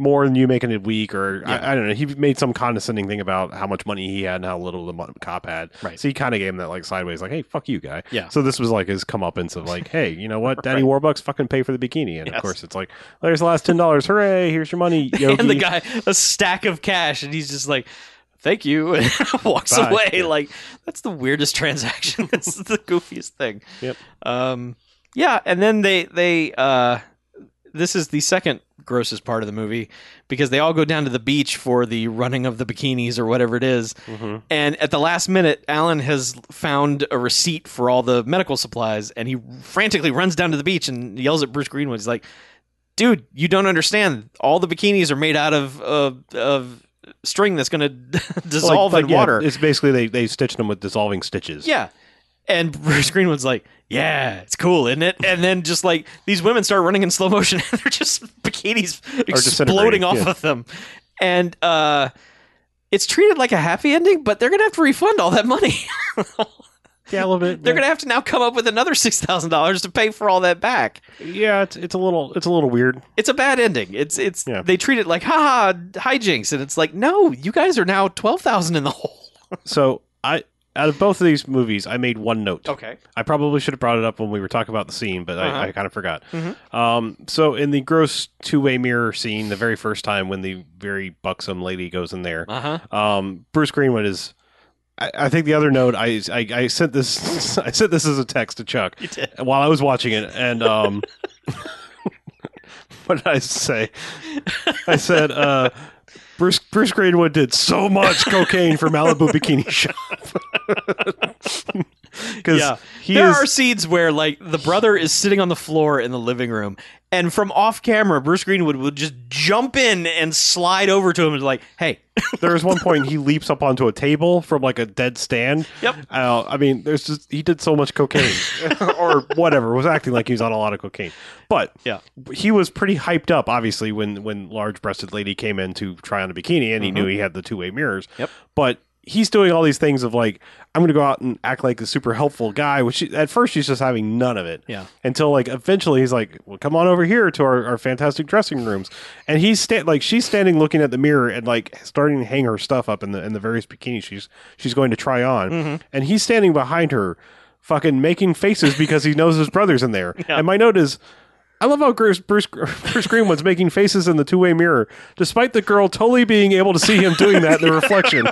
more than you make in a week or
Yeah.
I, I don't know he made some condescending thing about how much money he had and how little the mon- cop had
Right.
so he kind of gave him that like sideways like hey fuck you guy
Yeah.
so this was like his comeuppance of like hey you know what daddy warbucks fucking pay for the bikini and
Yes.
of course it's like there's the last ten dollars hooray here's your money yogi
and the guy, a stack of cash. And he's just like, thank you. And walks
Bye.
away.
Yeah.
Like, that's the weirdest transaction. this is the goofiest thing.
Yep.
Um, yeah. And then they, they, uh, this is the second grossest part of the movie because they all go down to the beach for the running of the bikinis or whatever it is.
Mhm.
And at the last minute, Alan has found a receipt for all the medical supplies, and he frantically runs down to the beach and yells at Bruce Greenwood. He's like, "Dude, you don't understand. All the bikinis are made out of of, of string that's going to
Like-
dissolve
like,
in
yeah,
water."
it's basically they they stitched them with dissolving stitches
Yeah. And Bruce Greenwood's like, yeah, it's cool, isn't it? And then just like these women start running in slow motion and they're just bikinis exploding
disintegrating,
off
yeah.
of them. And uh it's treated like a happy ending, but they're gonna have to refund all that money.
yeah a little bit
they're
yeah.
gonna have to now come up with another six thousand dollars to pay for all that back.
Yeah, it's it's a little it's a little weird.
It's a bad ending. It's it's
Yeah.
they treat it like haha hijinks, and it's like, no, you guys are now twelve thousand in the hole.
So I out of both of these movies, I made one note.
Okay.
I probably should have brought it up when we were talking about the scene, but
Uh-huh.
I, I kind of forgot.
Mhm.
Um, so in the gross two way mirror scene, the very first time when the very buxom lady goes in there,
Uh-huh.
um, Bruce Greenwood is. I, I think the other note I, I I sent this I sent this as a text to Chuck
You did.
while I was watching it, and um, what did I say? I said uh, Bruce Bruce Greenwood did so much cocaine for Malibu Bikini Shop because
Yeah.
he
there
is
are scenes where like the brother is sitting on the floor in the living room, and from off camera, Bruce Greenwood would just jump in and slide over to him and like, "Hey,
there is one point he leaps up onto a table from like a dead stand.
Yep.
Uh, I mean, there's just he did so much cocaine or whatever was acting like he was on a lot of cocaine, but
Yeah.
he was pretty hyped up. Obviously, when when large breasted lady came in to try on a bikini, and he knew he had the two way mirrors.
Mm-hmm. Yep.
But he's doing all these things of like I'm going to go out and act like a super helpful guy, which at first he's just having none of it
yeah,
until like eventually he's like, well, come on over here to our, our fantastic dressing rooms. And he's sta- like, she's standing looking at the mirror and like starting to hang her stuff up in the, in the various bikinis she's, she's going to try on. And he's standing behind her fucking making faces because he knows his brother's in there. And my note is, I love how Bruce, Bruce, Bruce Greenwood's making faces in the two way mirror, despite the girl totally being able to see him doing that in the reflection.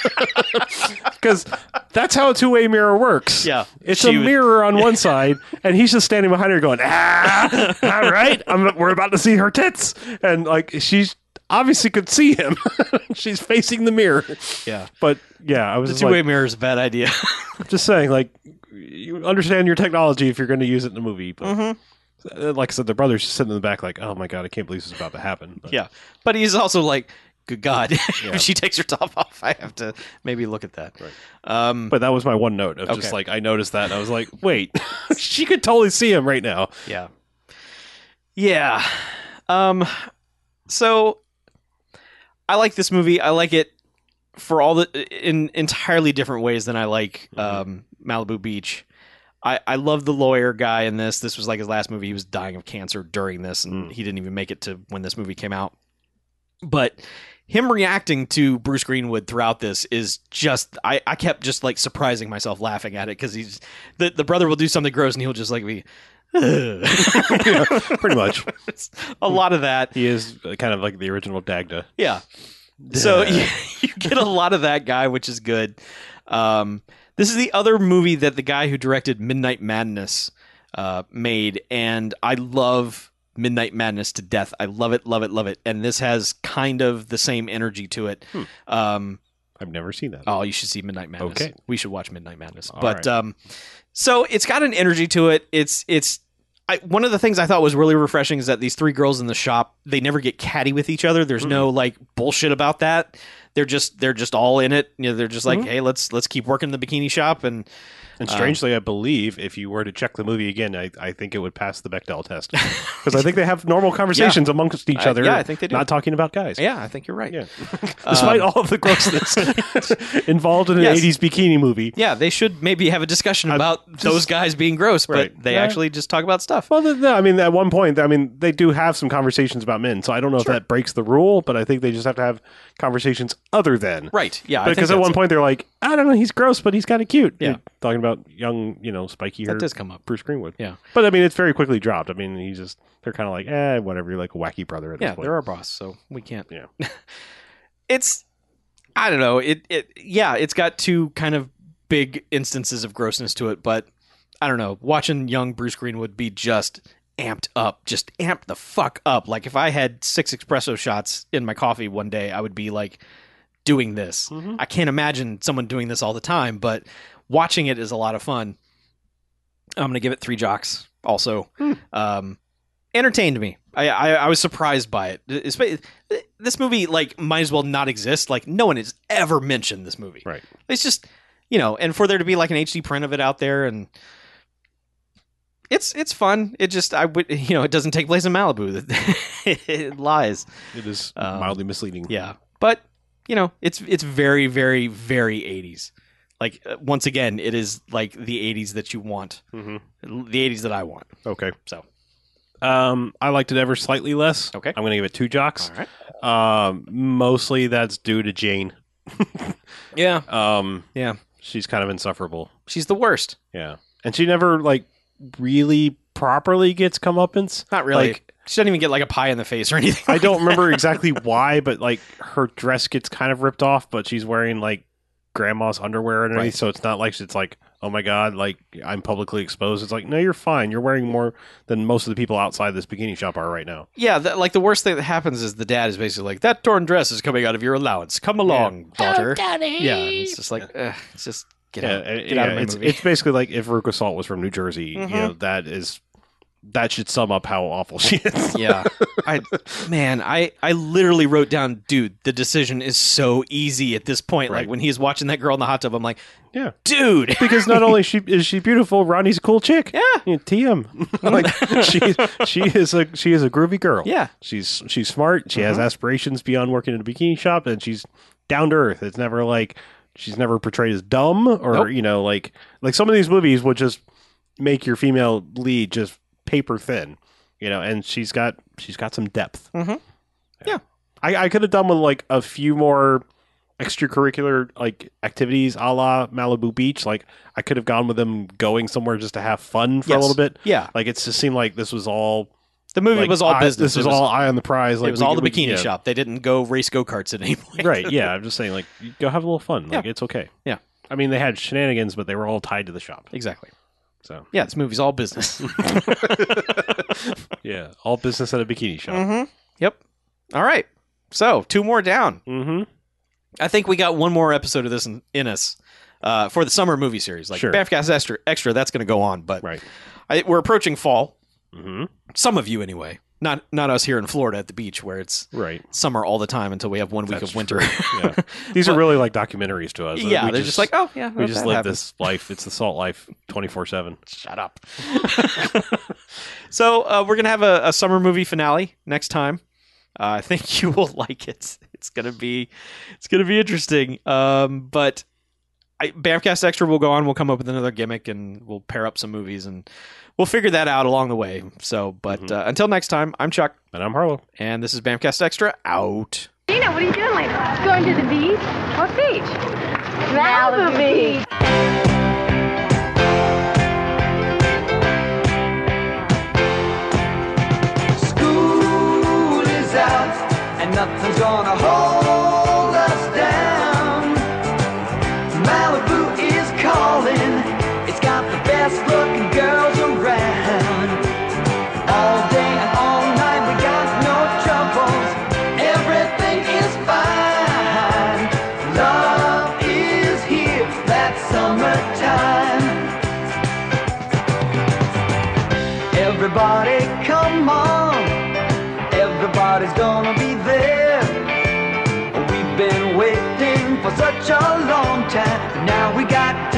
Because that's how a two way mirror works.
Yeah.
It's
She
a
was-
mirror on one side, and he's just standing behind her going, ah, all right, I'm, we're about to see her tits. And like, she's obviously could see him. she's facing the mirror.
yeah."
But yeah, I was
The
just,
two-way
like,
mirror is a bad idea.
just saying, like, you understand your technology if you're going to use it in the movie. But
Mm-hmm.
uh, like I said, the brother's just sitting in the back, like, oh my God, I can't believe this is about to happen. But,
yeah, but he's also like, "Good God,
Yeah.
if she takes her top off, I have to maybe look at that."
Right.
Um,
But that was my one note of
Okay.
just like, I noticed that. And I was like, wait, she could totally see him right now.
Yeah. Yeah. Um so I like this movie. I like it for all the in entirely different ways than I like um Malibu Beach. I, I love the lawyer guy in this. This was like his last movie. He was dying of cancer during this, and
Mm.
he didn't even make it to when this movie came out. but him reacting to Bruce Greenwood throughout this is just I, I kept just like surprising myself laughing at it because he's the, the brother will do something gross and he'll just like be
Yeah, pretty much.
It's a lot of that
He is uh, kind of like the original Dagda.
yeah so you, you get a lot of that guy which is good um, this is the other movie that the guy who directed Midnight Madness uh, made and I love Midnight Madness to death I love it love it love it and this has kind of the same energy to it
Hmm.
um
I've never seen that.
Oh, you should see Midnight Madness.
Okay.
We should watch Midnight Madness.
All
but
right.
um so it's got an energy to it. It's it's I, one of the things I thought was really refreshing is that these three girls in the shop, they never get catty with each other. There's no
Mm-hmm.
like bullshit about that. They're just they're just all in it. You know, they're just like,
Mhm.
"Hey, let's let's keep working the bikini shop and
and
um,
strangely, I believe if you were to check the movie again, I, I think it would pass the Bechdel test because I think they have normal conversations amongst each
I-
other.
yeah, I think they do.
Not talking about guys.
Yeah, I think you're right.
Yeah. Despite
Um,
all of the grossness involved in an
Yes.
80s bikini movie.
Yeah, they should maybe have a discussion about those guys being gross, but
Right.
they
Yeah.
actually just talk about stuff.
Well, th- no, I mean, at one point, I mean, they do have some conversations about men, so I don't know if that breaks the rule, but I think they just have to have conversations other than.
Right. Yeah, I think
Because at
that's
one
it.
point, they're like, I don't know, he's gross, but he's kind of cute.
Yeah.
You're talking about young, you know, spiky hair
that does come up.
Bruce Greenwood.
Yeah.
But I mean, it's very quickly dropped. I mean, he just, they're kind of like, eh, whatever, you're like a wacky brother at
yeah,
this point.
they're our boss, so we can't.
Yeah.
it's, I don't know. It, it, yeah, it's got two kind of big instances of grossness to it, but I don't know. Watching young Bruce Greenwood be just amped up, just amped the fuck up. Like if I had six espresso shots in my coffee one day, I would be like doing this.
Mhm.
I can't imagine someone doing this all the time, but watching it is a lot of fun. I'm gonna give it three jocks. Also,
Hmm.
um, entertained me. I, I I was surprised by it. It's- This movie like might as well not exist. Like no one has ever mentioned this movie.
Right.
It's just you know, and for there to be like an HD print of it out there, and it's it's fun. It just I would you know it doesn't take place in Malibu. it lies.
It is
Um,
mildly misleading.
Yeah, but you know, it's it's very, very, very '80s. Like uh, once again, it is like the '80s that you want,
hmm
the '80s that I want.
Okay.
So.
Um, I liked it ever slightly less.
Okay.
I'm going to give it two jocks.
right.
Um, mostly that's due to Jane.
Yeah,
Um,
Yeah.
she's kind of insufferable.
she's the worst.
Yeah, and she never like really properly gets comeuppance.
Not really.
Like-
she doesn't even get like a pie in the face or anything.
I don't remember exactly why, but like her dress gets kind of ripped off, but she's wearing like grandma's underwear underneath,
Right.
so it's not like it's like oh my god, like I'm publicly exposed. It's like no, you're fine. You're wearing more than most of the people outside this bikini shop are right now.
Yeah, that, like the worst thing that happens is the dad is basically like, "That torn dress is coming out of your allowance. Come along, daughter."
Daddy.
yeah, and it's just like, ugh, it's just get out,
uh,
get out of my
it's,
movie.
it's basically like if Veruca Salt was from New Jersey,
Mhm.
you know, that is that should sum up how awful she is.
yeah i man i i literally wrote down dude the decision is so easy at this point like
Right.
when he's watching that girl in the hot tub i'm like
Yeah.
dude
because not only she is she beautiful, Ronnie's a cool chick.
yeah
You know, TM. like she she is a she is a groovy girl.
yeah
She's she's smart. She has
Mhm.
aspirations beyond working in a bikini shop and she's down to earth. It's never like she's never portrayed as dumb or
Nope.
you know like like some of these movies would just make your female lead just paper thin, you know, and she's got she's got some depth.
Mhm. Yeah.
I, I could have done with like a few more extracurricular like activities a la Malibu Beach. Like I could have gone with them going somewhere just to have fun for
Yes.
a little bit.
yeah
Like it just seemed like this was all
the movie
like,
was all
eye-
business
This was,
it
all eye on the prize. Like
it was
we-
all the
we-
bikini
yeah.
shop they didn't go race go-karts at any point
right? Yeah, I'm just saying, like, you go have a little fun. Like, it's okay.
Yeah.
I mean, they had shenanigans, but they were all tied to the shop.
exactly
So
yeah this movie's all business
yeah, all business at a bikini shop.
mm-hmm. yep all right so two more down
Mm-hmm.
I think we got one more episode of this in, in us uh, for the summer movie series. Like
Sure.
Bafcast Extra, Extra, that's going to go on, but
Right.
I, we're approaching fall.
Mm-hmm.
Some of you, anyway. Not not us here in Florida at the beach where it's
Right.
summer all the time until we have one week
That's
of winter.
Yeah. These are
But-
really like documentaries to us.
yeah,
We
they're just, like, oh yeah,
we just
that
live
happens."
this life. It's the salt life, twenty four seven.
Shut up. so uh, we're gonna have a, a summer movie finale next time. Uh, I think you will like it. It's gonna be, it's gonna be interesting. Um, but I- I, Bamcast Extra will go on. We'll come up with another gimmick and we'll pair up some movies and we'll figure that out along the way. So, but
Mhm.
uh, until next time, I'm Chuck
And I'm Harlow.
and this is Bamcast Extra out.
Gina, what are you doing later? Going to the beach. What beach? Malibu, Beach.
School is out and nothing's gonna hold us down. Malibu is calling. It's got the best looking girls around. All day and all night we got no troubles. Everything is fine. Love is here. That's summertime. Everybody come on. Everybody's gonna be there. We've been waiting for such a long time. Now we got